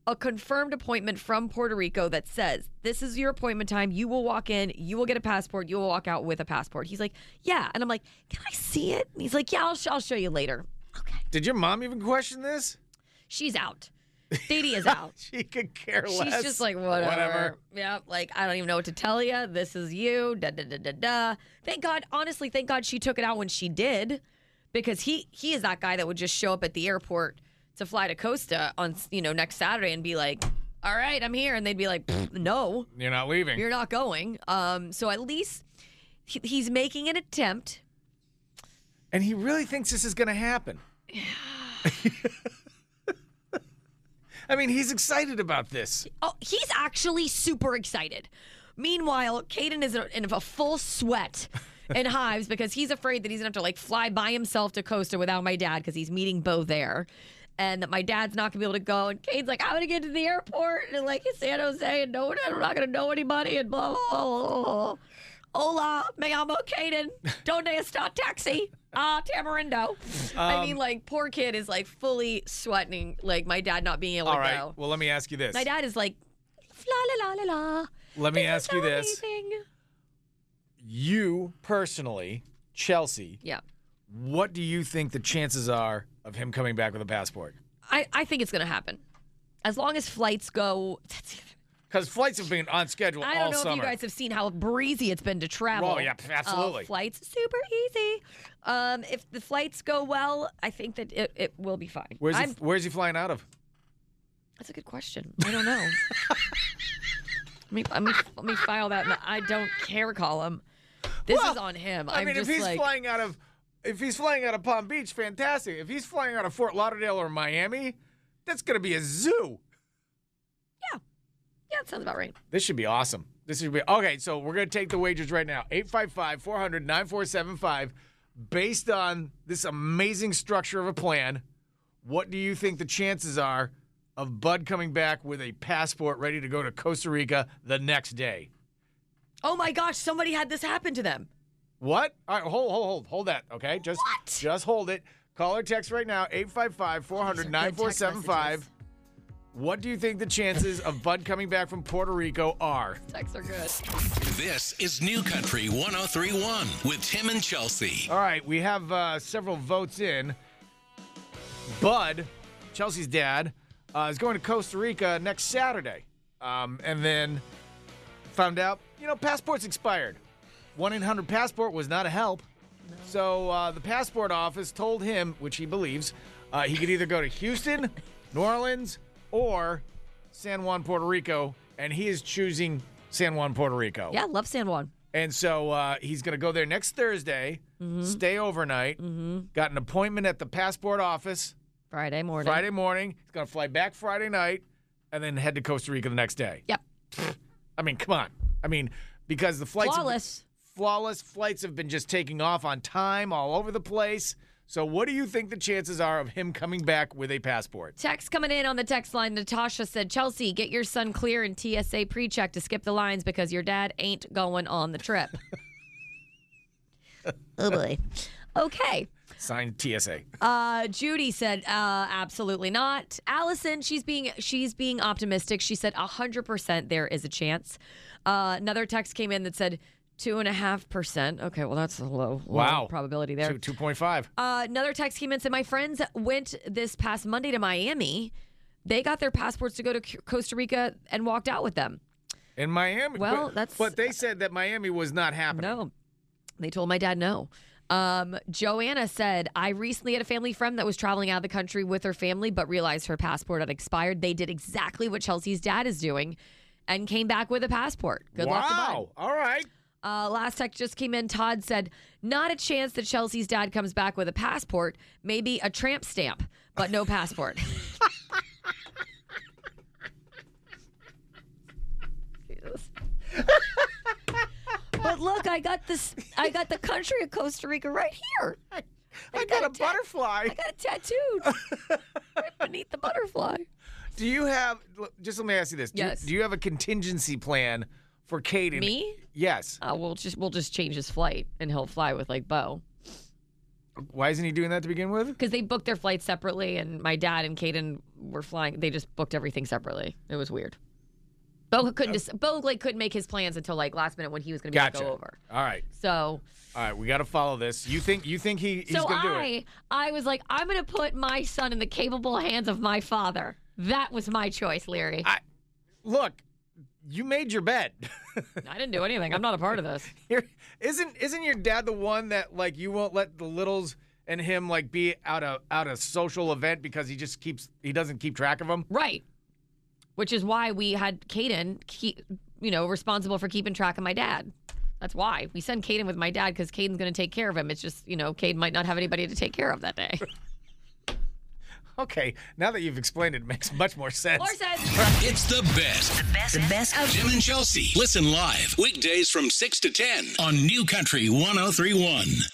Speaker 4: a confirmed appointment from Puerto Rico that says this is your appointment time? You will walk in, you will get a passport, you will walk out with a passport. He's like, Yeah. And I'm like, Can I see it? And he's like, Yeah, I'll, sh- I'll show you later.
Speaker 3: Did your mom even question this?
Speaker 4: She's out. Didi is out.
Speaker 3: she could care
Speaker 4: She's
Speaker 3: less.
Speaker 4: just like whatever.
Speaker 3: Whatever.
Speaker 4: Yep. Like I don't even know what to tell you. This is you. Da da da da da. Thank God. Honestly, thank God she took it out when she did, because he he is that guy that would just show up at the airport to fly to Costa on you know next Saturday and be like, "All right, I'm here," and they'd be like, "No,
Speaker 3: You're not leaving.
Speaker 4: you're not going." Um. So at least he, he's making an attempt.
Speaker 3: and he really thinks this is going to happen. I mean, he's excited about this.
Speaker 4: Oh, he's actually super excited. Meanwhile, Caden is in a full sweat and hives because he's afraid that he's gonna have to like fly by himself to Costa without my dad because he's meeting Bo there. And that my dad's not gonna be able to go. And Caden's like, I'm gonna get to the airport and like it's San Jose and no one, I'm not gonna know anybody and blah blah blah. blah, blah. Hola, me llamo Caden. Donde está taxi? Ah, Tamarindo. I
Speaker 3: Um,
Speaker 4: mean, like, poor kid is like fully sweating, like my dad not being able
Speaker 3: All
Speaker 4: to
Speaker 3: right.
Speaker 4: go.
Speaker 3: Well, let me ask you this.
Speaker 4: My dad is like, la la la la la.
Speaker 3: Let me
Speaker 4: This is
Speaker 3: ask you
Speaker 4: so
Speaker 3: this.
Speaker 4: amazing."
Speaker 3: You personally, Chelsea,
Speaker 4: Yeah.
Speaker 3: what do you think the chances are of him coming back with a passport?
Speaker 4: I, I think it's going to happen. As long as flights go,
Speaker 3: Because flights have been on schedule
Speaker 4: I don't
Speaker 3: all
Speaker 4: know
Speaker 3: summer.
Speaker 4: if you guys have seen how breezy it's been to travel.
Speaker 3: Oh, yeah, p-
Speaker 4: Uh,
Speaker 3: absolutely.
Speaker 4: flights super easy. Um, if the flights go well, I think that it, it will be fine.
Speaker 3: where's, he,
Speaker 4: I'm-
Speaker 3: where's he flying out of?
Speaker 4: that's a good question. I don't know. let, me, let, me, let me file that. In the I don't care column. This
Speaker 3: Well,
Speaker 4: is on him.
Speaker 3: I
Speaker 4: am
Speaker 3: mean, if
Speaker 4: just
Speaker 3: he's
Speaker 4: like,
Speaker 3: flying out of, if he's flying out of Palm Beach, fantastic. If he's flying out of Fort Lauderdale or Miami, that's going to be a zoo.
Speaker 4: yeah, that sounds about right.
Speaker 3: This should be awesome. This should be okay. So we're going to take the wagers right now 855 400 9475. Based on this amazing structure of a plan, what do you think the chances are of Bud coming back with a passport ready to go to Costa Rica the next day?
Speaker 4: Oh my gosh, somebody had this happen to them.
Speaker 3: What? All right, hold, hold, hold, hold that. Okay, just
Speaker 4: What?
Speaker 3: just hold it. Call or text right now 855 400 9475. What do you think the chances of Bud coming back from Puerto Rico are?
Speaker 4: Texts are good.
Speaker 1: This is New Country 1031 with Tim and Chelsea.
Speaker 3: All right, we have uh, several votes in. Bud, Chelsea's dad, uh, is going to Costa Rica next Saturday. Um, and then found out, you know, passports expired. 1 800 Passport was not a help. So uh, the passport office told him, which he believes, uh, he could either go to Houston, New Orleans, or San Juan, Puerto Rico. And he is choosing San Juan, Puerto Rico.
Speaker 4: Yeah, love San Juan.
Speaker 3: And so uh, he's going to go there next Thursday,
Speaker 4: Mm-hmm.
Speaker 3: stay overnight. Got an appointment at the passport office
Speaker 4: Friday morning.
Speaker 3: Friday morning. He's going to fly back Friday night and then head to Costa Rica the next day.
Speaker 4: Yep.
Speaker 3: I mean, come on. I mean, because the flights have-
Speaker 4: Flawless.
Speaker 3: flawless flights have been just taking off on time all over the place. So, what do you think the chances are of him coming back with a passport?
Speaker 4: Text coming in on the text line. Natasha said, Chelsea, get your son clear and TSA pre check to skip the lines because your dad ain't going on the trip. oh, boy. Okay.
Speaker 3: Signed TSA.
Speaker 4: Uh, Judy said, uh, absolutely not. Allison, she's being she's being optimistic. She said hundred percent there is a chance. Uh, another text came in that said two and a half percent. Okay, well that's a low, low
Speaker 3: Wow.
Speaker 4: probability there.
Speaker 3: Two- 2.5.
Speaker 4: Uh, another text came in and said, My friends went this past Monday to Miami. They got their passports to go to C- Costa Rica and walked out with them.
Speaker 3: In Miami.
Speaker 4: Well,
Speaker 3: but,
Speaker 4: that's-
Speaker 3: But they said that Miami was not happening.
Speaker 4: No, they told my dad no. Um, Joanna said, I recently had a family friend that was traveling out of the country with her family, but realized her passport had expired. They did exactly what Chelsea's dad is doing and came back with a passport. Good luck to Bud.
Speaker 3: wow. All right.
Speaker 4: Uh, last text just came in. Todd said, "Not a chance that Chelsea's dad comes back with a passport. Maybe a tramp stamp, but no passport." Jesus. but look, I got this. I got the country of Costa Rica right here. I,
Speaker 3: I got a
Speaker 4: tat-
Speaker 3: butterfly.
Speaker 4: I got it tattooed right beneath the butterfly.
Speaker 3: Do you have? l- Just let me ask you this. Do you-
Speaker 4: Yes.
Speaker 3: Do, you have a contingency plan for Caden?
Speaker 4: Me?
Speaker 3: Yes.
Speaker 4: Uh, we'll just we'll just change his flight, and he'll fly with like Bo.
Speaker 3: Why isn't he doing that to begin with?
Speaker 4: because they booked their flights separately, and my dad and Caden were flying. They just booked everything separately. It was weird. Bo couldn't just Bo like couldn't make his plans until like last minute when he was going to be able to
Speaker 3: Gotcha.
Speaker 4: go over.
Speaker 3: All right.
Speaker 4: So,
Speaker 3: All right. We got to follow this. You think? You think he? He's
Speaker 4: so
Speaker 3: gonna do it?
Speaker 4: I I was like, I'm going to put my son in the capable hands of my father. That was my choice, Leary.
Speaker 3: I, look, you made your bed.
Speaker 4: I didn't do anything. I'm not a part of this.
Speaker 3: You're, isn't isn't your dad the one that like you won't let the littles and him like be out a out a social event because he just keeps he doesn't keep track of them?
Speaker 4: Right. Which is why we had Caden, keep, you know, responsible for keeping track of my dad. That's why we send Caden with my dad because Caden's going to take care of him. It's just, you know, Caden might not have anybody to take care of that day.
Speaker 3: Okay, now that you've explained it, it makes much more sense.
Speaker 4: More sense.
Speaker 1: It's the best. The best. The best of Tim oh and Chelsea. Listen live weekdays from 6 to 10 on New Country 1031.